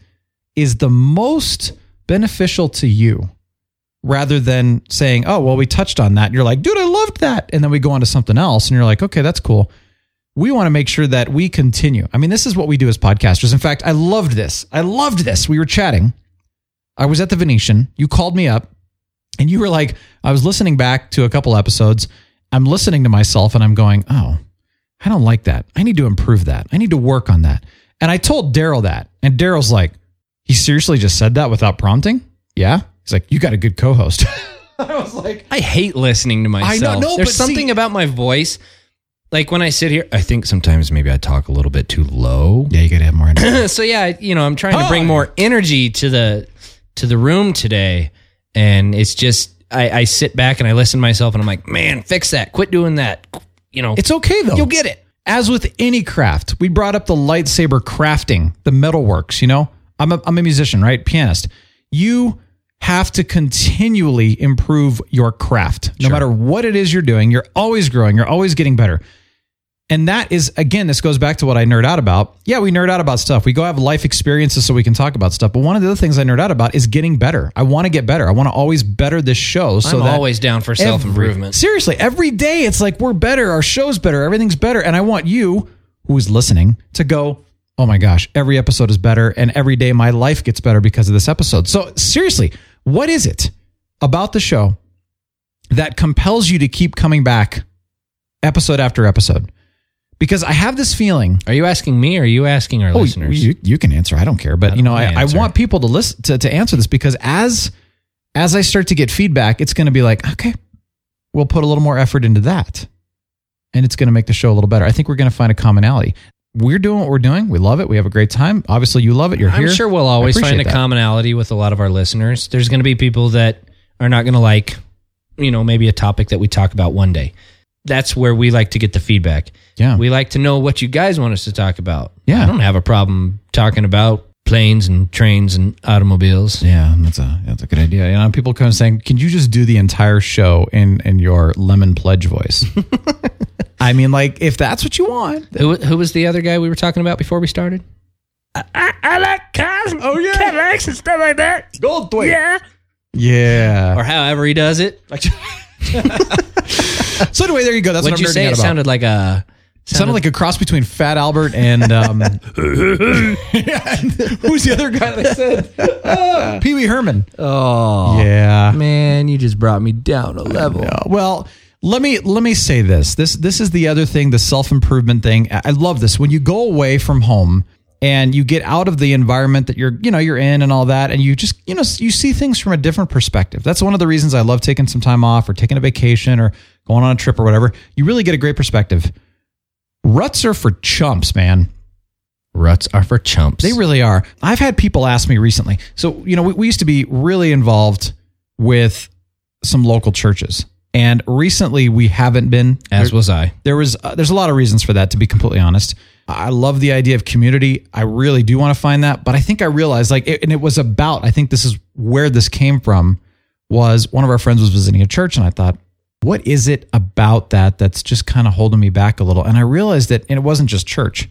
Speaker 11: is the most beneficial to you, rather than saying, oh, well, we touched on that. And you're like, dude, I loved that. And then we go on to something else. And you're like, okay, that's cool. We want to make sure that we continue. I mean, this is what we do as podcasters. In fact, I loved this. I loved this. We were chatting. I was at the Venetian. You called me up and you were like, I was listening back to a couple episodes. I'm listening to myself and I'm going, oh, I don't like that. I need to improve that. I need to work on that. And I told Daryl that. And Daryl's like, he seriously just said that without prompting? Yeah. He's like, you got a good co host. I was like,
Speaker 8: I hate listening to myself.
Speaker 11: no,
Speaker 8: There's
Speaker 11: but
Speaker 8: something
Speaker 11: see-
Speaker 8: about my voice. Like when I sit here, I think sometimes maybe I talk a little bit too low.
Speaker 11: yeah, you got to have more energy.
Speaker 8: so yeah, I- you know, I'm trying to bring
Speaker 11: Hi.
Speaker 8: more energy to the to the room today, and it's just I, I sit back and I listen to myself, and I'm like, man, fix that, quit doing that. You know,
Speaker 11: It's okay though.
Speaker 8: You'll get it.
Speaker 11: As with any craft, we brought up the lightsaber crafting, the metalworks. You know, I'm a, I'm a musician, right? Pianist. You have to continually improve your craft. No matter what it is you're doing, you're always growing, you're always getting better. And that is, again, this goes back to what I nerd out about. Yeah, we nerd out about stuff. We go have life experiences so we can talk about stuff. But one of the other things I nerd out about is getting better. I want to get better. I want to always better this show. So
Speaker 8: I'm
Speaker 11: that
Speaker 8: always down for
Speaker 11: every-
Speaker 8: self improvement.
Speaker 11: Seriously, every day it's like we're better, our show's better, everything's better. And I want you who is listening to go, oh my gosh, every episode is better. And every day my life gets better because of this episode. So, seriously, what is it about the show that compels you to keep coming back episode after episode? Because I have this feeling
Speaker 8: Are you asking me or are you asking our
Speaker 11: Oh,
Speaker 8: listeners?
Speaker 11: You, you can answer. I don't care. But
Speaker 8: I
Speaker 11: you know,
Speaker 8: don't wanna
Speaker 11: I, I
Speaker 8: answer.
Speaker 11: want people to listen to, to answer this because as as I start to get feedback, it's going to be like, okay, we'll put a little more effort into that, and it's going to make the show a little better. I think we're going to find a commonality. We're doing what we're doing. We love it. We have a great time. Obviously, you love it. You're
Speaker 8: I'm
Speaker 11: here.
Speaker 8: sure we'll
Speaker 11: I
Speaker 8: always
Speaker 11: appreciate
Speaker 8: find a
Speaker 11: that.
Speaker 8: commonality with a lot of our listeners. There's going to be people that are not going to like, you know, maybe a topic that we talk about one day. That's where we like to get the feedback.
Speaker 11: Yeah.
Speaker 8: We like to know what you guys want us to talk about.
Speaker 11: Yeah.
Speaker 8: I don't have a problem talking about planes and trains and automobiles.
Speaker 11: yeah, that's a that's a good idea. You know, people come saying, "Can you just do the entire show in in your lemon pledge voice?" I mean, like if that's what you want,
Speaker 8: Who, who was the other guy we were talking about before we started?
Speaker 11: Oh, yeah.
Speaker 8: Or however he does it.
Speaker 11: So anyway, there you go. That's
Speaker 8: What'd
Speaker 11: what I'm
Speaker 8: you
Speaker 11: nerding
Speaker 8: say?
Speaker 11: out
Speaker 8: It
Speaker 11: about.
Speaker 8: sounded like a.
Speaker 11: Sounded like a cross between Fat Albert and um, who's the other guy that said Oh, Pee Wee Herman?
Speaker 8: Oh,
Speaker 11: yeah.
Speaker 8: man, you just brought me down a level.
Speaker 11: Uh, well, let me let me say this. This this is the other thing, the self improvement thing. I I love this when you go away from home and you get out of the environment that you're you know you're in and all that, and you just you know you see things from a different perspective. That's one of the reasons I love taking some time off or taking a vacation or going on a trip or whatever. You really get a great perspective. Ruts are for chumps, man.
Speaker 8: Ruts are for chumps.
Speaker 11: They really are. I've had people ask me recently. So, you know, we, we used to be really involved with some local churches. And recently we haven't been.
Speaker 8: as
Speaker 11: there,
Speaker 8: was I.
Speaker 11: there was uh, there's a lot of reasons for that to be completely honest. I love the idea of community. I really do want to find that, but I think I realized like it, and it was about I think this is where this came from was one of our friends was visiting a church and I thought what is it about that that's just kind of holding me back a little? And I realized that and it wasn't just church,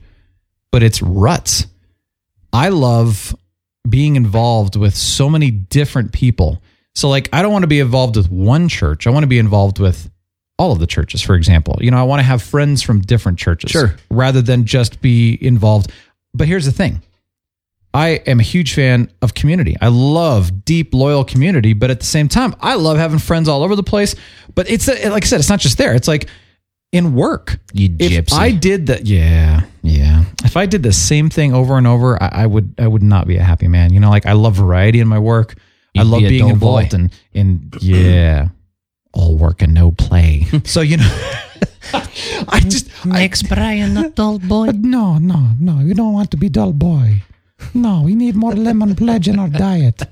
Speaker 11: but it's ruts. I love being involved with so many different people. So like I don't want to be involved with one church. I want to be involved with all of the churches, for example. You know, I want to have friends from different churches
Speaker 8: Sure.
Speaker 11: rather than just be involved. But here's the thing. I am a huge fan of community. I love deep, loyal community, but at the same time, I love having friends all over the place. But it's uh, like I said, it's not just there. It's like in work.
Speaker 8: You
Speaker 11: If
Speaker 8: gypsy.
Speaker 11: I did that, yeah, yeah. If I did the same thing over and over, I, I would, I would not be a happy man. You know, like I love variety in my work. I
Speaker 8: You'd
Speaker 11: love
Speaker 8: be a
Speaker 11: being
Speaker 8: dull boy.
Speaker 11: involved in, in yeah, all work and no play. so you know, I just, I,
Speaker 10: Makes Brian a dull boy.
Speaker 9: No, no, no. You don't want to be dull boy. No, we need more lemon pledge in our diet.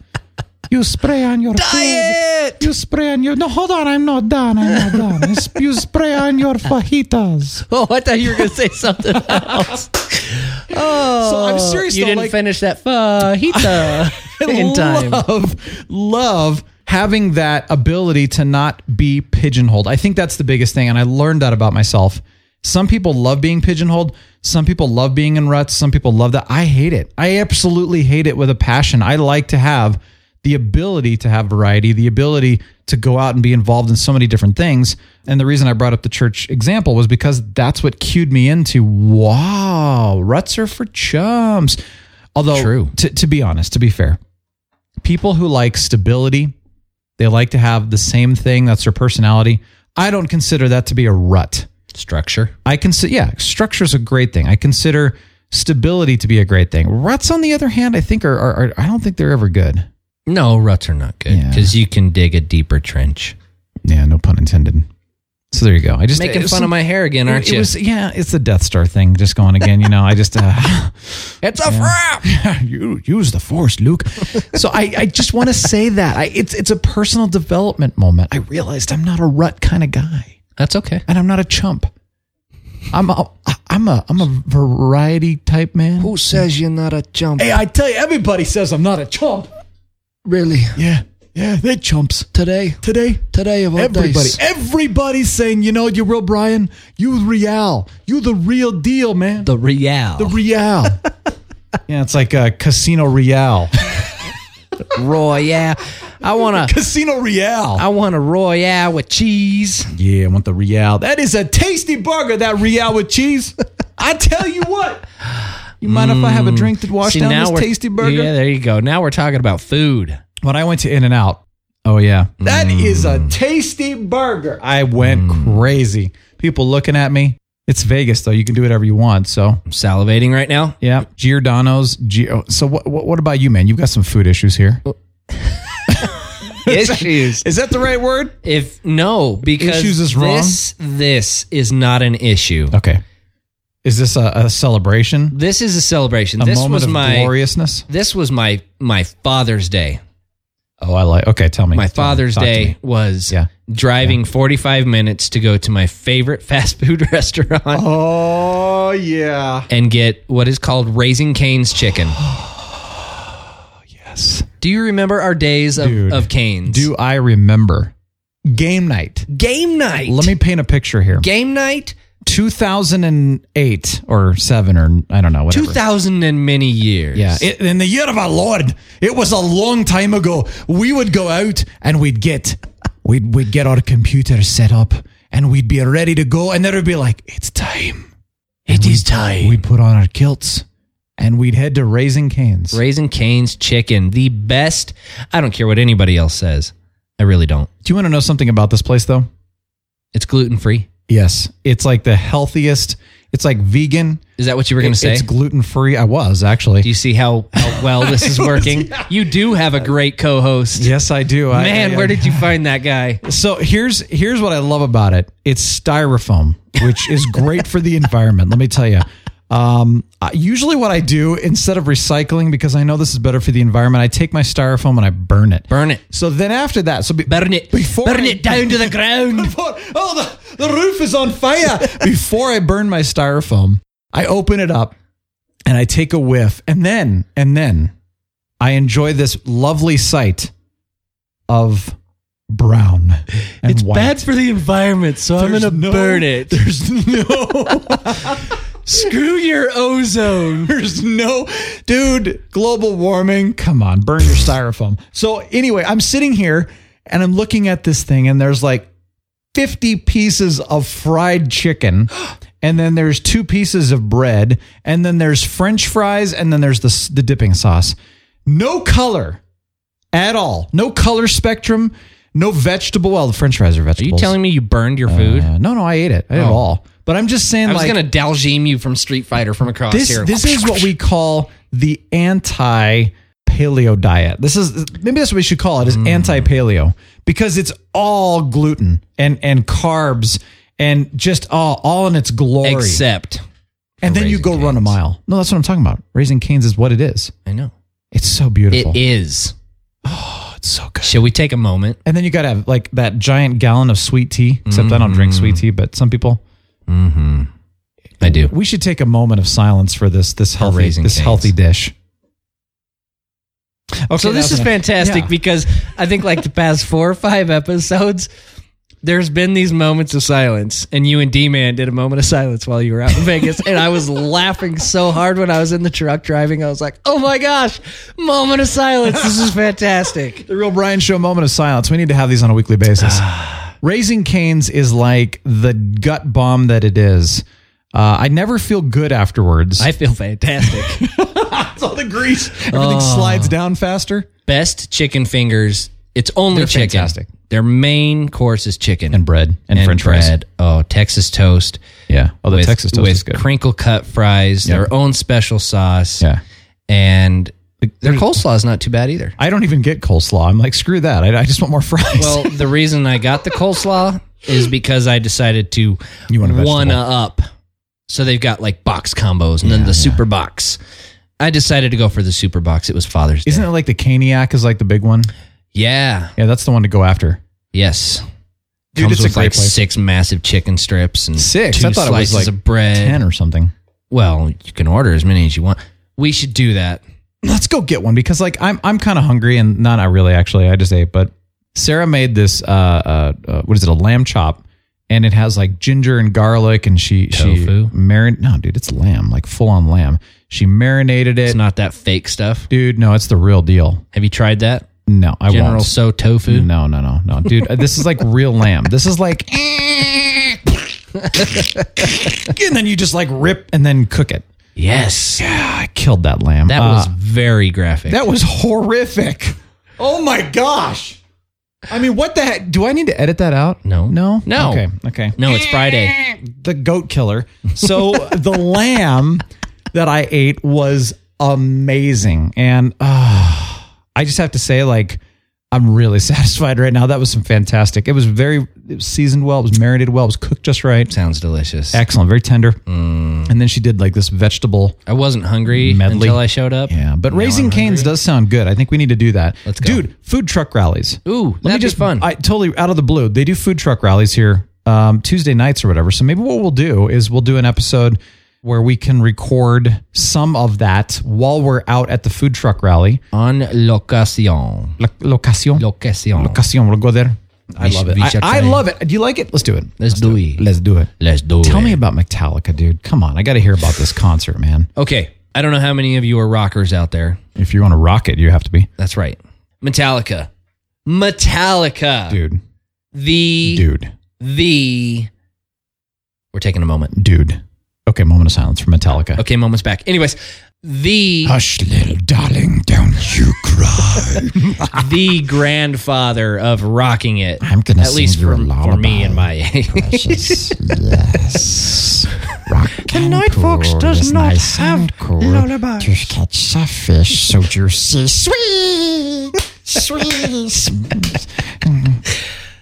Speaker 9: You spray on your diet. You spray on your. No, hold on. I'm not done. I'm not done. You sp- You spray on your fajitas.
Speaker 8: Oh, I thought you were going to say something else. Oh,
Speaker 11: So I'm serious,
Speaker 8: You
Speaker 11: though,
Speaker 8: didn't
Speaker 11: like-
Speaker 8: finish that fajita in time.
Speaker 11: love, love having that ability to not be pigeonholed. I think that's the biggest thing. And I learned that about myself. Some people love being pigeonholed. Some people love being in ruts. Some people love that. I hate it. I absolutely hate it with a passion. I like to have the ability to have variety, the ability to go out and be involved in so many different things. And the reason I brought up the church example was because that's what cued me into wow, ruts are for chums. Although,
Speaker 8: True.
Speaker 11: To, to be honest, to be fair, people who like stability, they like to have the same thing. That's their personality. I don't consider that to be a rut.
Speaker 8: Structure.
Speaker 11: I consider, yeah, structure's a great thing. I consider stability to be a great thing. Ruts, on the other hand, I think are, are, are I don't think they're ever good.
Speaker 8: No, ruts are not good
Speaker 11: Yeah.
Speaker 8: because you can dig a deeper trench.
Speaker 11: Yeah, no pun intended. So there you go. I just
Speaker 8: Making
Speaker 11: it's
Speaker 8: fun
Speaker 11: some-
Speaker 8: of my hair again, aren't
Speaker 11: it
Speaker 8: you?
Speaker 11: was- yeah, it's the Death Star thing just going again. You know, I just uh,
Speaker 8: it's a frap.
Speaker 11: you use the force, Luke. so I, I just want to say that I, it's it's a personal development moment. I realized I'm not a rut kind of guy,
Speaker 8: That's okay.
Speaker 11: and I'm not a chump. I'm a I'm a I'm a variety type man.
Speaker 8: Who says you're not a chump?
Speaker 11: Hey, I tell you, everybody says I'm not a chump.
Speaker 8: Really?
Speaker 11: Yeah, Yeah, they chumps.
Speaker 8: Today,
Speaker 11: Today,
Speaker 8: today of all
Speaker 11: everybody,
Speaker 8: days.
Speaker 11: everybody's saying, you know, you real Brian, you real, you the real deal, man.
Speaker 8: the real.
Speaker 11: The real. yeah, it's like a Casino Real.
Speaker 8: Royale. I want to.
Speaker 11: Casino Real.
Speaker 8: I want a Royale with cheese.
Speaker 11: Yeah, I want the Real. That is a tasty burger, that Real with cheese. I tell you what. You mind if I have a drink to wash down this
Speaker 8: we're-
Speaker 11: tasty burger?
Speaker 8: Yeah, there you go. Now we're talking about food.
Speaker 11: When I went to In and Out, oh yeah. that is a tasty burger. I went crazy. People looking at me. It's Vegas though. You can do whatever you want. So
Speaker 8: I'm salivating right now.
Speaker 11: yeah, Giordano's. G- oh, so what, what? What about you, man? You've got some food issues here.
Speaker 8: Issues.
Speaker 11: Is that the right word?
Speaker 8: If no, because
Speaker 11: Issues is wrong?
Speaker 8: this this is not an issue.
Speaker 11: Okay. Is this a, a celebration?
Speaker 8: This is a celebration.
Speaker 11: A
Speaker 8: this
Speaker 11: moment
Speaker 8: was
Speaker 11: of
Speaker 8: my
Speaker 11: gloriousness.
Speaker 8: this was my my Father's Day.
Speaker 11: Oh, I like. Okay, tell me.
Speaker 8: My
Speaker 11: Tell me.
Speaker 8: Father's
Speaker 11: Talk to
Speaker 8: Day
Speaker 11: me.
Speaker 8: was
Speaker 11: Yeah.
Speaker 8: driving 45 minutes to go to my favorite fast food restaurant
Speaker 11: Oh yeah.
Speaker 8: and get what is called Raising Cane's chicken.
Speaker 11: Yes.
Speaker 8: Do you remember our days of,
Speaker 11: Dude.
Speaker 8: of Cane's?
Speaker 11: Do I remember game night?
Speaker 8: game night.
Speaker 11: Let me paint a picture here.
Speaker 8: game night
Speaker 11: 2008 or 7 or I don't know whatever.
Speaker 8: 2000 and many years.
Speaker 11: Yeah, it, in the year of our Lord, it was a long time ago. We would go out and we'd get we'd we'd get our computer set up and we'd be ready to go and then it'd be like it's time.
Speaker 8: it is time.
Speaker 11: We'd put on our kilts and we'd head to Raising Cane's.
Speaker 8: Raising Cane's chicken, the best. I don't care what anybody else says. I really don't.
Speaker 11: Do you want to know something about this place though?
Speaker 8: It's gluten free.
Speaker 11: Yes, it's like the healthiest. It's like vegan.
Speaker 8: Is that what you were going to
Speaker 11: It-
Speaker 8: say?
Speaker 11: It's gluten free. I was actually.
Speaker 8: do you see how, how well this is working? You do have a great co host.
Speaker 11: yes, I do. I-
Speaker 8: Man,
Speaker 11: I-
Speaker 8: where did you find that guy?
Speaker 11: So here's here's what I love about it. It's styrofoam, which is great for the environment. Let me tell you. Um, I- usually, what I do instead of recycling, because I know this is better for the environment, I take my styrofoam and I burn it.
Speaker 8: Burn it.
Speaker 11: So then after that, so be-
Speaker 8: Burn it.
Speaker 11: Before
Speaker 8: burn
Speaker 11: I-
Speaker 8: it down to the ground.
Speaker 11: Before- oh, the, the roof is on fire. Before I burn my styrofoam, I open it up and I take a whiff. And then, and then I enjoy this lovely sight of brown. And
Speaker 8: It's
Speaker 11: white.
Speaker 8: bad for the environment, so I'm
Speaker 11: There's
Speaker 8: going to
Speaker 11: no-
Speaker 8: burn it.
Speaker 11: There's no,
Speaker 8: Screw your ozone.
Speaker 11: there's no, dude, global warming. Come on, burn your styrofoam. So, anyway, I'm sitting here and I'm looking at this thing, and there's like 50 pieces of fried chicken. And then there's two pieces of bread, and then there's French fries, and then there's the, s- the dipping sauce. No color at all. No color spectrum. No vegetable. Well, the French fries are
Speaker 8: Are
Speaker 11: vegetables.
Speaker 8: you telling me you burned your food?
Speaker 11: Uh, no, no, I ate it. I ate it
Speaker 8: Oh.
Speaker 11: all. But I'm just saying,
Speaker 8: I was
Speaker 11: like,
Speaker 8: gonna Dalgene you from Street Fighter from across
Speaker 11: this
Speaker 8: here.
Speaker 11: this is what we call the anti paleo diet. This is maybe that's what we should call it is
Speaker 8: Mm.
Speaker 11: anti paleo because it's all gluten and and carbs and just all all in its glory.
Speaker 8: except.
Speaker 11: and then you
Speaker 8: Raising
Speaker 11: go run a
Speaker 8: Cane's.
Speaker 11: mile. No, that's what I'm talking about. Raising canes is what it is.
Speaker 8: I know
Speaker 11: It's so
Speaker 8: it
Speaker 11: beautiful.
Speaker 8: is.
Speaker 11: It's so good.
Speaker 8: Shall we take a moment?
Speaker 11: And then you gotta have like that giant gallon of sweet tea. Except I don't drink
Speaker 8: Mm.
Speaker 11: sweet tea, but some people.
Speaker 8: I do.
Speaker 11: We should take a moment of silence for this this healthy
Speaker 8: Raising
Speaker 11: this
Speaker 8: Cane's.
Speaker 11: healthy dish. Okay,
Speaker 8: so this
Speaker 11: that's
Speaker 8: is
Speaker 11: enough.
Speaker 8: fantastic
Speaker 11: Yeah.
Speaker 8: because I think like the past four or five episodes, there's been these moments of silence, and you and D Man did a moment of silence while you were out in Vegas, and I was laughing so hard when I was in the truck driving. I was like, "Oh my gosh, moment of silence! This is fantastic."
Speaker 11: The Real Brian Show moment of silence. We need to have these on a weekly basis.
Speaker 8: Ah.
Speaker 11: Raising Canes is like the gut bomb that it is. Uh, I never feel good afterwards.
Speaker 8: I feel fantastic.
Speaker 11: it's all the grease. Everything
Speaker 8: oh.
Speaker 11: slides down faster.
Speaker 8: Best chicken fingers. It's only
Speaker 11: They're
Speaker 8: chicken.
Speaker 11: fantastic.
Speaker 8: Their main course is chicken
Speaker 11: And bread and, French fries.
Speaker 8: bread. Oh, Texas toast.
Speaker 11: Yeah. Oh, the
Speaker 8: with,
Speaker 11: Texas toast
Speaker 8: with
Speaker 11: is good.
Speaker 8: crinkle cut fries,
Speaker 11: Yeah.
Speaker 8: their own special sauce.
Speaker 11: yeah.
Speaker 8: And their coleslaw is not too bad either.
Speaker 11: I don't even get coleslaw. I'm like, screw that. I, I just want more fries.
Speaker 8: Well, the reason I got the coleslaw is because I decided to
Speaker 11: You want a vegetable.
Speaker 8: one up. So they've got like box combos and then the super box. I decided to go for the super box. It was Father's Day.
Speaker 11: isn't it like the Caniac is like the big one?
Speaker 8: yeah.
Speaker 11: Yeah, that's the one to go after.
Speaker 8: Yes.
Speaker 11: Dude,
Speaker 8: Comes
Speaker 11: it's a
Speaker 8: with
Speaker 11: great
Speaker 8: like
Speaker 11: place.
Speaker 8: six massive chicken strips and
Speaker 11: Six?
Speaker 8: two
Speaker 11: I thought it was
Speaker 8: slices
Speaker 11: like
Speaker 8: of bread.
Speaker 11: Ten or something.
Speaker 8: Well, you can order as many as you want. We should do that.
Speaker 11: let's go get one because like I'm I'm kind of hungry and not not really actually I just ate but Sarah made this uh, uh, uh what is it a lamb chop and it has like ginger and garlic and she
Speaker 8: Tofu?
Speaker 11: she marin no dude it's lamb like full on lamb she marinated it
Speaker 8: It's not that fake stuff.
Speaker 11: dude no it's the real deal
Speaker 8: Have you tried that?
Speaker 11: no I
Speaker 8: General
Speaker 11: won't Mm.
Speaker 8: So tofu.
Speaker 11: no no no no dude this is like real lamb this is like and then you just like rip and then cook it Ah,
Speaker 8: Yes.
Speaker 11: I killed that lamb
Speaker 8: That
Speaker 11: Uh,
Speaker 8: was very graphic.
Speaker 11: That was horrific. Oh my gosh. I mean, what the heck? Do I need to edit that out?
Speaker 8: No.
Speaker 11: No?
Speaker 8: No.
Speaker 11: Okay. Okay.
Speaker 8: no, it's Friday.
Speaker 11: The goat killer. So the lamb that I ate was amazing. And uh, I just have to say, like, I'm really satisfied right now. That was some fantastic. It was very it was seasoned well. It was marinated well. It was cooked just right.
Speaker 8: Sounds delicious.
Speaker 11: Excellent. Very tender.
Speaker 8: Mm.
Speaker 11: And then she did like this vegetable
Speaker 8: I wasn't hungry
Speaker 11: Medley.
Speaker 8: until I showed up.
Speaker 11: yeah, but raising canes does sound good. I think we need to do that.
Speaker 8: Let's go.
Speaker 11: dude. Food truck rallies.
Speaker 8: Ooh,
Speaker 11: let me
Speaker 8: that'd be
Speaker 11: just
Speaker 8: fun.
Speaker 11: I totally out of the blue. They do food truck rallies here um, Tuesday nights or whatever. So maybe what we'll do is we'll do an episode where we can record some of that while we're out at the food truck rally.
Speaker 8: On location.
Speaker 11: Lo- location,
Speaker 8: Location.
Speaker 11: location. We'll go there. I
Speaker 8: We
Speaker 11: love
Speaker 8: should-
Speaker 11: it.
Speaker 8: we
Speaker 11: I,
Speaker 8: should
Speaker 11: I
Speaker 8: try.
Speaker 11: love it. Do you like it? Let's do it.
Speaker 8: Let's do it.
Speaker 11: Let's do it.
Speaker 8: Let's do
Speaker 11: Tell
Speaker 8: it.
Speaker 11: me about Metallica, dude. Come on, I got to hear about this concert, man.
Speaker 8: Okay. I don't know how many of you are rockers out there.
Speaker 11: If you want to rock it, you have to be,
Speaker 8: That's right. Metallica. Metallica.
Speaker 11: dude,
Speaker 8: The
Speaker 11: dude.
Speaker 8: the We're taking a moment.
Speaker 11: dude. Okay, moment of silence for Metallica.
Speaker 8: Okay, moments back. Anyways, the
Speaker 11: Hush, little darling, don't you cry.
Speaker 8: the grandfather of rocking it.
Speaker 11: I'm gonna
Speaker 8: at
Speaker 11: sing
Speaker 8: least
Speaker 11: you a
Speaker 8: for, for me
Speaker 11: lullaby.
Speaker 8: and my age.
Speaker 11: yes. Rock the
Speaker 10: night fox does not have
Speaker 11: cool.
Speaker 10: lullabies.
Speaker 11: To catch a fish so juicy, sweet, sweet.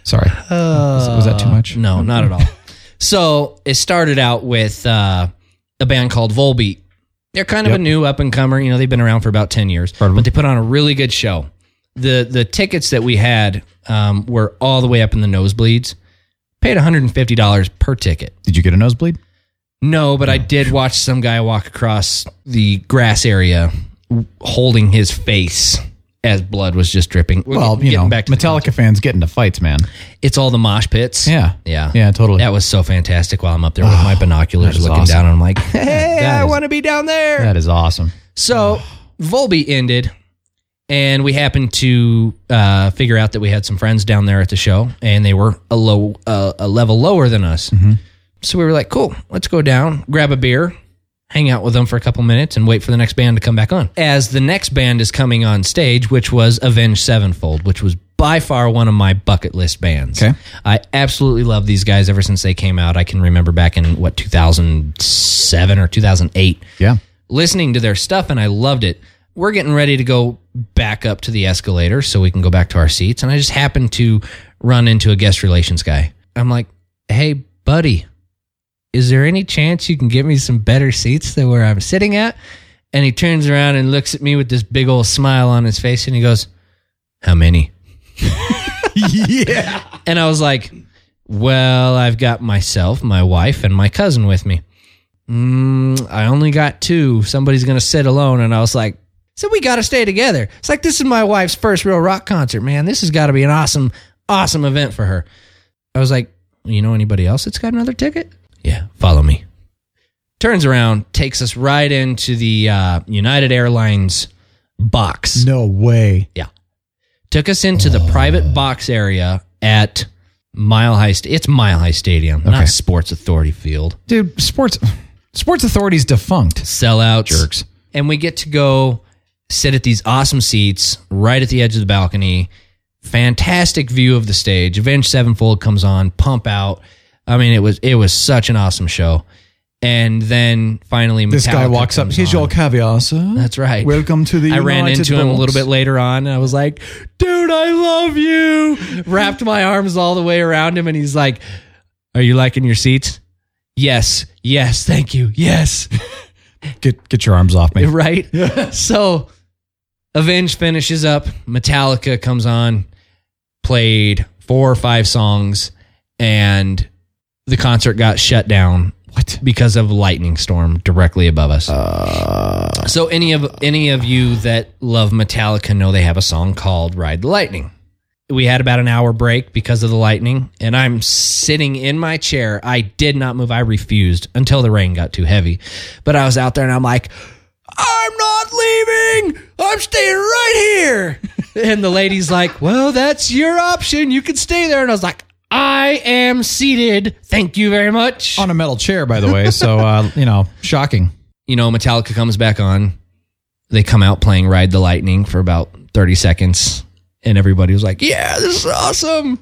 Speaker 11: Sorry, was, was that too much?
Speaker 8: Uh, No, not at all. So it started out with uh, a band called Volbeat. They're kind of a new up and comer. You know, they've been around for about ten years,
Speaker 11: Heard of 'em.
Speaker 8: but they put on a really good show. the The tickets that we had um, were all the way up in the nosebleeds. Paid one hundred and fifty dollars per ticket.
Speaker 11: Did you get a nosebleed?
Speaker 8: No, but I did watch some guy walk across the grass area, w- holding his face as blood was just dripping. We're
Speaker 11: Well,
Speaker 8: get-
Speaker 11: you
Speaker 8: getting
Speaker 11: know,
Speaker 8: back to the
Speaker 11: Metallica fans get into fights, man.
Speaker 8: it's all the mosh pits.
Speaker 11: Yeah.
Speaker 8: Yeah.
Speaker 11: Yeah, totally.
Speaker 8: That was so fantastic while I'm up there with my binoculars
Speaker 11: that is
Speaker 8: looking
Speaker 11: awesome.
Speaker 8: down. I'm like, hey,
Speaker 11: That
Speaker 8: I
Speaker 11: is-
Speaker 8: want to be down there.
Speaker 11: That is awesome.
Speaker 8: So Volby ended, and we happened to uh, figure out that we had some friends down there at the show, and they were a low, uh, a level lower than us. So we were like, "Cool, let's go down, grab a beer, hang out with them for a couple minutes, and wait for the next band to come back on." As the next band is coming on stage, which was Avenged Sevenfold, which was by far one of my bucket list bands.
Speaker 11: Okay.
Speaker 8: I absolutely love these guys ever since they came out. I can remember back in what 2007 or 2008
Speaker 11: Yeah.
Speaker 8: listening to their stuff and I loved it. We're getting ready to go back up to the escalator so we can go back to our seats. And I just happened to run into a guest relations guy. I'm like, hey, buddy, is there any chance you can get me some better seats than where I'm sitting at? And he turns around and looks at me with this big old smile on his face and he goes, how many?
Speaker 11: yeah.
Speaker 8: And I was like, well, I've got myself, my wife, and my cousin with me. Mm, I only got two. Somebody's going to sit alone. And I was like, so we got to stay together. It's like, this is my wife's first real rock concert, man. This has got to be an awesome, awesome event for her. I was like, you know anybody else that's got another ticket? Yeah, follow me. Turns around, takes us right into the uh, United Airlines box
Speaker 11: No way.
Speaker 8: took us into the private box area at Mile High. Sta- It's Mile High Stadium,
Speaker 11: Okay.
Speaker 8: not Sports Authority Field.
Speaker 11: Dude, sports sports authority's defunct.
Speaker 8: Sellouts,
Speaker 11: Jerks.
Speaker 8: and we get to go sit at these awesome seats right at the edge of the balcony. Fantastic view of the stage. Avenged Sevenfold comes on, pump out. I mean, it was it was such an awesome show. And then finally,
Speaker 11: This guy
Speaker 8: Metallica
Speaker 11: walks up.
Speaker 8: comes
Speaker 11: Here's
Speaker 8: on.
Speaker 11: your caviar, sir.
Speaker 8: That's right.
Speaker 11: Welcome to the.
Speaker 8: I ran
Speaker 11: United
Speaker 8: into him a little
Speaker 11: Bolts.
Speaker 8: bit later on, and I was like, "Dude, I love you." Wrapped my arms all the way around him, and he's like, "Are you liking your seats?" Yes, yes, thank you, yes.
Speaker 11: Get get your arms off me.
Speaker 8: right? So, Avenge finishes up. Metallica comes on, played four or five songs, and the concert got shut down
Speaker 11: What?
Speaker 8: because of lightning storm directly above us. so any of any of you that love Metallica know they have a song called "Ride the Lightning." We had about an hour break because of the lightning, and I'm sitting in my chair. I did not move. I refused until the rain got too heavy. But I was out there, and I'm like, "I'm not leaving. I'm staying right here." and the lady's like, "Well, that's your option. You can stay there." And I was like, "I am seated. Thank you very much."
Speaker 11: On a metal chair, by the way. So, uh, you know, shocking.
Speaker 8: you know, Metallica comes back on. They come out playing Ride the Lightning for about 30 seconds. And everybody was like, yeah, this is awesome.
Speaker 11: So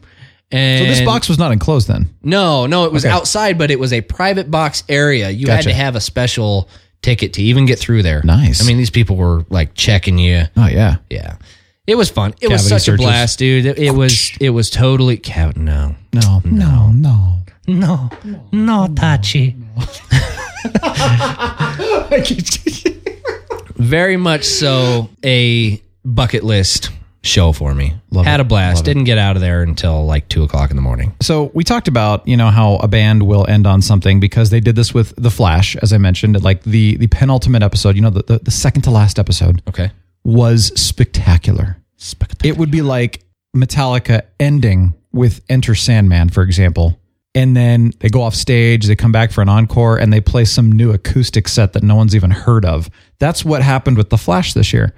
Speaker 8: And
Speaker 11: this box was not enclosed then.
Speaker 8: No, no, it was
Speaker 11: Okay.
Speaker 8: outside, but it was a private box area. You had
Speaker 11: Gotcha.
Speaker 8: to have a special ticket to even get through there.
Speaker 11: Nice.
Speaker 8: I mean, these people were like checking you.
Speaker 11: Oh, yeah.
Speaker 8: Yeah. It was fun. It was
Speaker 11: Cavity
Speaker 8: such
Speaker 11: searches.
Speaker 8: a blast, dude. It, it was it was totally cav- no.
Speaker 11: No, no, no.
Speaker 8: No. No, Tachi. Very much so a bucket list show for me.
Speaker 11: Love
Speaker 8: Had
Speaker 11: it.
Speaker 8: a blast. Didn't get out of there until like two o'clock in the morning.
Speaker 11: So we talked about you know how a band will end on something because they did this with the Flash, as I mentioned, at, like the the penultimate episode. You know, the, the, the second to last episode
Speaker 8: Okay.
Speaker 11: was spectacular. It would be like Metallica ending with Enter Sandman, for example. And then they go off stage, they come back for an encore, and they play some new acoustic set that no one's even heard of. That's what happened with The Flash this year.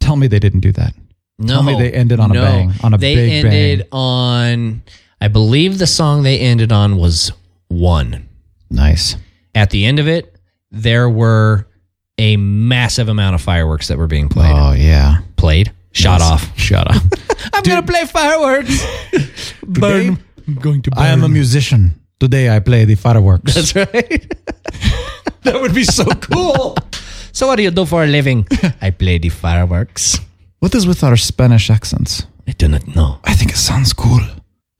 Speaker 11: Tell me they didn't do that.
Speaker 8: No,
Speaker 11: Tell me they ended on a bang, on a
Speaker 8: they
Speaker 11: big bang.
Speaker 8: ended on. I believe the song they ended on was one.
Speaker 11: Nice.
Speaker 8: At the end of it, there were a massive amount of fireworks that were being played.
Speaker 11: Oh, yeah.
Speaker 8: played, shot off.
Speaker 11: Shut up.
Speaker 8: I'm gonna play fireworks.
Speaker 11: burn. I'm going to. I am a musician. Today I play the fireworks.
Speaker 8: That's right. that would be so cool. so, what do you do for a living? I play the fireworks.
Speaker 11: what is with our Spanish accents?
Speaker 8: I do not know.
Speaker 11: I think it sounds cool.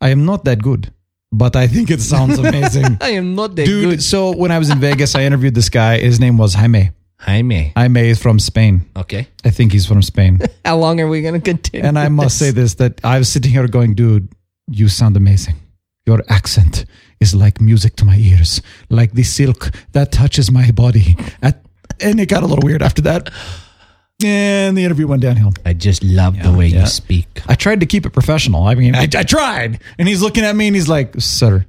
Speaker 11: I am not that good, but I think it sounds amazing.
Speaker 8: I am not that
Speaker 11: Dude, so when I was in Vegas, I interviewed this guy. His name was Jaime.
Speaker 8: Jaime.
Speaker 11: Jaime is from Spain.
Speaker 8: Okay.
Speaker 11: I think he's from Spain.
Speaker 8: How long are we gonna continue?
Speaker 11: and I must say this that I was sitting here going, dude, you sound amazing. Your accent is like music to my ears, like the silk that touches my body. At, and it got a little weird after that. And the interview went downhill.
Speaker 8: I just love the way you speak.
Speaker 11: I tried to keep it professional. I mean, I, I tried. And he's looking at me and he's like, sir,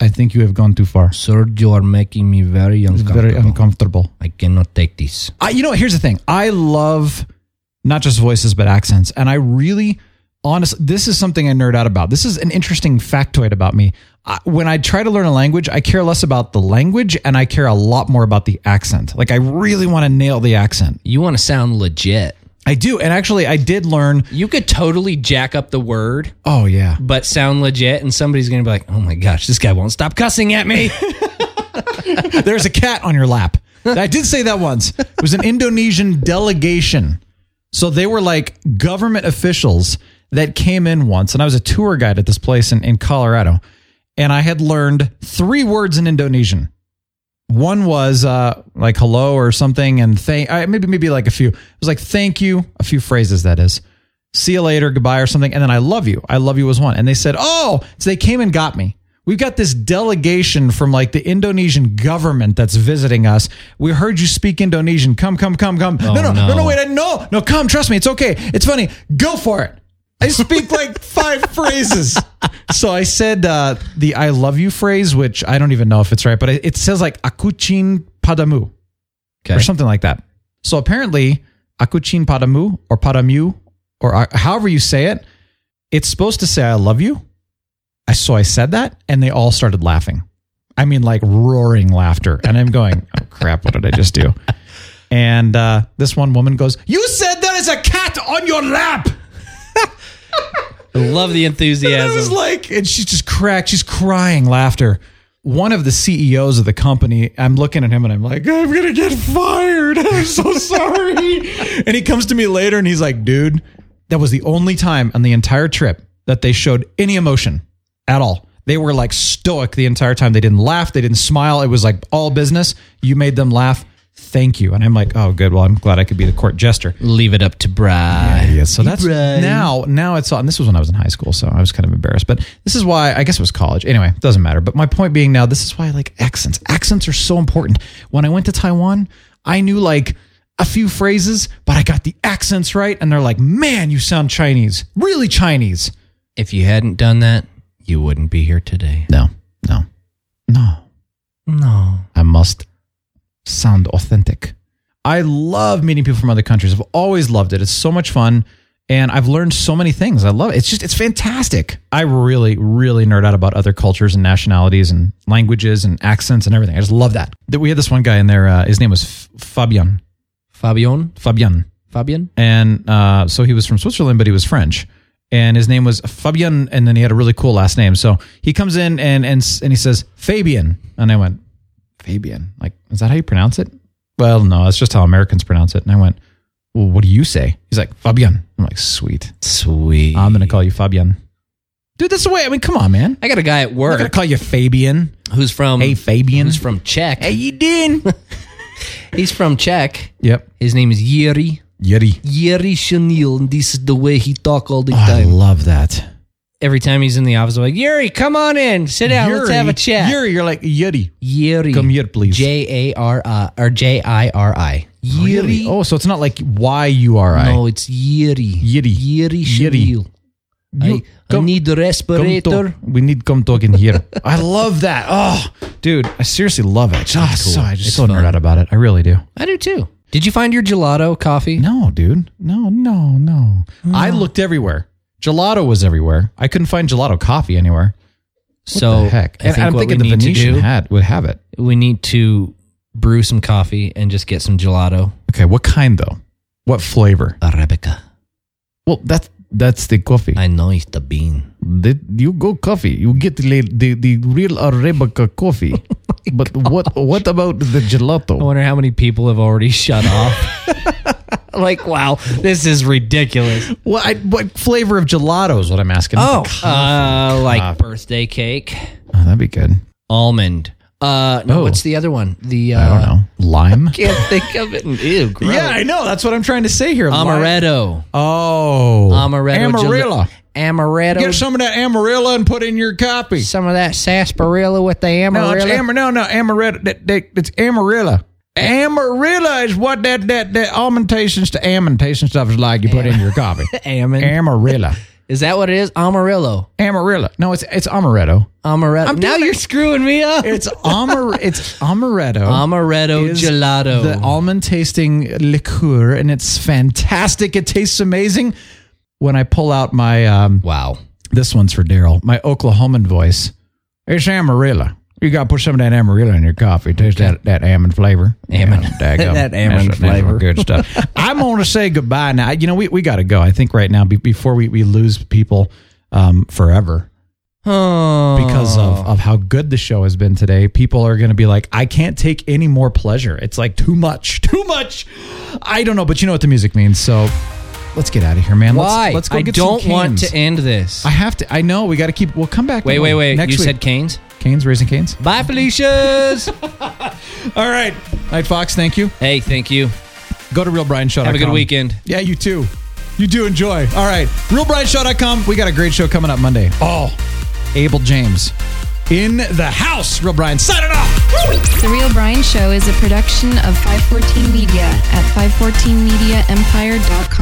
Speaker 11: I think you have gone too far. It's
Speaker 8: Sir, you are making me very uncomfortable.
Speaker 11: very uncomfortable.
Speaker 8: I cannot take this.
Speaker 11: I, you know, here's the thing. I love not just voices, but accents. And I really, honestly, this is something I nerd out about. This is an interesting factoid about me. I, when I try to learn a language, I care less about the language and I care a lot more about the accent. Like, I really want to nail the accent.
Speaker 8: You want to sound legit.
Speaker 11: I do. And actually, I did learn.
Speaker 8: You could totally jack up the word,
Speaker 11: Oh, yeah.
Speaker 8: but sound legit, and somebody's gonna be like, "Oh my gosh, this guy won't stop cussing at me."
Speaker 11: There's a cat on your lap. I did say that once. It was an Indonesian delegation. So they were like government officials that came in once. And I was a tour guide at this place in, in Colorado. And I had learned three words in Indonesian. One was uh, like hello or something, and thank I- maybe maybe like a few. It was like thank you, a few phrases that is. See you later, goodbye or something, and then I love you. I love you was one, and they said oh, so they came and got me. We've got this delegation from like the Indonesian government that's visiting us. We heard you speak Indonesian. Come, come, come, come. no, no, no, no,
Speaker 8: no.
Speaker 11: wait, I, no, no, come. Trust me, it's okay. It's funny. Go for it. I speak like five phrases. So I said uh, the "I love you" phrase, which I don't even know if it's right, but it it says like "akuchin padamu" or
Speaker 8: Okay.
Speaker 11: something like that. So apparently, "akuchin padamu" or "padamu" or uh, however you say it, it's supposed to say "I love you." I so I said that, and they all started laughing. I mean, like roaring laughter, and I'm going, "Oh crap! What did I just do?" And uh, this one woman goes, "You said there is a cat on your lap."
Speaker 8: I love the enthusiasm.
Speaker 11: And I was like, and she's just cracked. She's crying laughter. One of the CEOs of the company, I'm looking at him and I'm like, I'm going to get fired. I'm so sorry. and he comes to me later and he's like, dude, that was the only time on the entire trip that they showed any emotion at all. They were like stoic the entire time. They didn't laugh. They didn't smile. It was like all business. You made them laugh. thank you. And I'm like, oh, good. Well, I'm glad I could be the court jester.
Speaker 8: Leave it up to Bry.
Speaker 11: Yeah, so that's
Speaker 8: Right.
Speaker 11: now. Now it's and this was when I was in high school, so I was kind of embarrassed. But this is why I guess it was college. Anyway, doesn't matter. But my point being now, this is why I like accents. Accents are so important. When I went to Taiwan, I knew like a few phrases, but I got the accents right, and they're like, "Man, you sound Chinese, really Chinese."
Speaker 8: If you hadn't done that, you wouldn't be here today.
Speaker 11: No, no, no.
Speaker 8: No.
Speaker 11: I must sound authentic. I love meeting people from other countries. I've always loved it. It's so much fun. And I've learned so many things. I love it. It's just, it's fantastic. I really, really nerd out about other cultures and nationalities and languages and accents and everything. I just love that. That We had this one guy in there. Uh, his name was F- Fabian.
Speaker 8: Fabian?
Speaker 11: Fabian.
Speaker 8: Fabian?
Speaker 11: And uh, so he was from Switzerland, but he was French. And his name was Fabian. And then he had a really cool last name. So he comes in and, and, s- and he says, Fabian. And I went, Fabian. Like, is that how you pronounce it? Well, no, that's just how Americans pronounce it. And I went, well, what do you say? He's like, Fabian. I'm like, sweet.
Speaker 8: Sweet.
Speaker 11: I'm going to call you Fabian. Dude, that's the way. I mean, come on, man.
Speaker 8: I got a guy at
Speaker 11: I'm going to
Speaker 8: work
Speaker 11: call you Fabian.
Speaker 8: who's from
Speaker 11: Hey, Fabian.
Speaker 8: who's from Czech.
Speaker 11: Hey, you doing?
Speaker 8: He's from Czech.
Speaker 11: yep.
Speaker 8: His name is Yeri.
Speaker 11: Yeti.
Speaker 8: Yeri Shanil, and this is the way he talk all the
Speaker 11: I
Speaker 8: time.
Speaker 11: love that.
Speaker 8: Every time he's in the office, I'm like, Yeri, come on in. Sit down. Let's have a chat.
Speaker 11: Yuri, you're like, Yeti.
Speaker 8: Yeri.
Speaker 11: Come here, please.
Speaker 8: J A R I or J I R I.
Speaker 11: Really?
Speaker 8: Yeri.
Speaker 11: Oh, so it's not like Y U R I.
Speaker 8: No, it's Yeri.
Speaker 11: Yeri.
Speaker 8: Yeri
Speaker 11: Yeri.
Speaker 8: Shanil. I, I need a
Speaker 11: come
Speaker 8: respirator.
Speaker 11: talk. We need come talk in here. I love that. Oh, dude, I seriously love it.
Speaker 8: Ah,
Speaker 11: Oh, so, I just
Speaker 8: It's
Speaker 11: so
Speaker 8: fun.
Speaker 11: nerd out about it. I really do.
Speaker 8: I do too. Did you find your gelato coffee?
Speaker 11: No, dude. No, no, no. I looked everywhere. Gelato was everywhere. I couldn't find gelato coffee anywhere.
Speaker 8: so
Speaker 11: the heck.
Speaker 8: I think
Speaker 11: I'm
Speaker 8: what
Speaker 11: thinking
Speaker 8: we
Speaker 11: the
Speaker 8: need
Speaker 11: Venetian
Speaker 8: to do,
Speaker 11: hat would have it.
Speaker 8: we need to brew some coffee and just get some gelato.
Speaker 11: Okay, what kind though? What flavor?
Speaker 8: Arabica.
Speaker 11: Well, that's that's the coffee.
Speaker 8: I know it's the bean.
Speaker 11: The, you go coffee. You get the the, the real Arabica coffee.
Speaker 8: Oh
Speaker 11: but what what about the
Speaker 8: I
Speaker 11: gelato?
Speaker 8: wonder how many people have already shut off. like, wow, this is ridiculous.
Speaker 11: What I, what flavor of gelato is what I'm asking?
Speaker 8: Oh, uh, like
Speaker 11: Coffee.
Speaker 8: birthday cake,
Speaker 11: Oh, that'd be good.
Speaker 8: almond. Uh, no,
Speaker 11: Oh.
Speaker 8: what's the other one? The uh,
Speaker 11: I don't know. Lime.
Speaker 8: Can't think of it. Ew, gross.
Speaker 11: Yeah, I know. That's what I'm trying to say here. Lime.
Speaker 8: Amaretto.
Speaker 11: Oh,
Speaker 8: Amaretto. gel-
Speaker 11: Amarilla.
Speaker 8: Amaretto.
Speaker 11: Get some of that amarilla and put in your coffee.
Speaker 8: some of that sarsaparilla with the
Speaker 11: No, it's
Speaker 8: amaretto.
Speaker 11: amar- no, no, amaretto. That, that, it's amarilla. Amarilla is what that that that almondation to almondation stuff is like. You put in your coffee.
Speaker 8: Ammon.
Speaker 11: Amarilla.
Speaker 8: is that what it is? Amarillo.
Speaker 11: Amarillo. No, it's it's amaretto.
Speaker 8: Amaretto. now
Speaker 11: doing
Speaker 8: you're screwing me up.
Speaker 11: It's amar. it's amaretto.
Speaker 8: Amaretto
Speaker 11: is
Speaker 8: gelato.
Speaker 11: The almond tasting liqueur, and it's fantastic. It tastes amazing. When I pull out my um,
Speaker 8: wow.
Speaker 11: this one's for Daryl, my Oklahoman voice. It's amarilla. You got to put some of that amarilla in your coffee. Taste that, that almond flavor.
Speaker 8: Almond.
Speaker 11: Yeah, daggum.
Speaker 8: That
Speaker 11: That's-
Speaker 8: almond
Speaker 11: that's some
Speaker 8: flavor.
Speaker 11: Good stuff. I'm going to say goodbye now. You know, we, we got to go. I think right now, be, before we, we lose people um, forever
Speaker 8: Oh.
Speaker 11: because of, of how good the show has been today, people are going to be like, I can't take any more pleasure. It's like too much, too much. I don't know, but you know what the music means. So let's get out of here, man. Let's-
Speaker 8: Why?
Speaker 11: Let's, go
Speaker 8: I
Speaker 11: get some
Speaker 8: don't want
Speaker 11: canes.
Speaker 8: to end this.
Speaker 11: I have to. I know we got to keep. We'll come back.
Speaker 8: wait,
Speaker 11: don't we?
Speaker 8: wait, wait.
Speaker 11: Next
Speaker 8: you
Speaker 11: week.
Speaker 8: said canes?
Speaker 11: canes, raising canes.
Speaker 8: Bye, Felicia's.
Speaker 11: All right, night Fox. Thank you.
Speaker 8: hey, thank you.
Speaker 11: Go to realbrianshow.com.
Speaker 8: Have a good weekend.
Speaker 11: Yeah, you too. You do enjoy. All right, realbrianshow.com. We got a great show coming up Monday. Oh, Abel James in the house. Real Brian, signing off.
Speaker 4: The Real Brian Show is a production of 514 Media at 514mediaempire.com.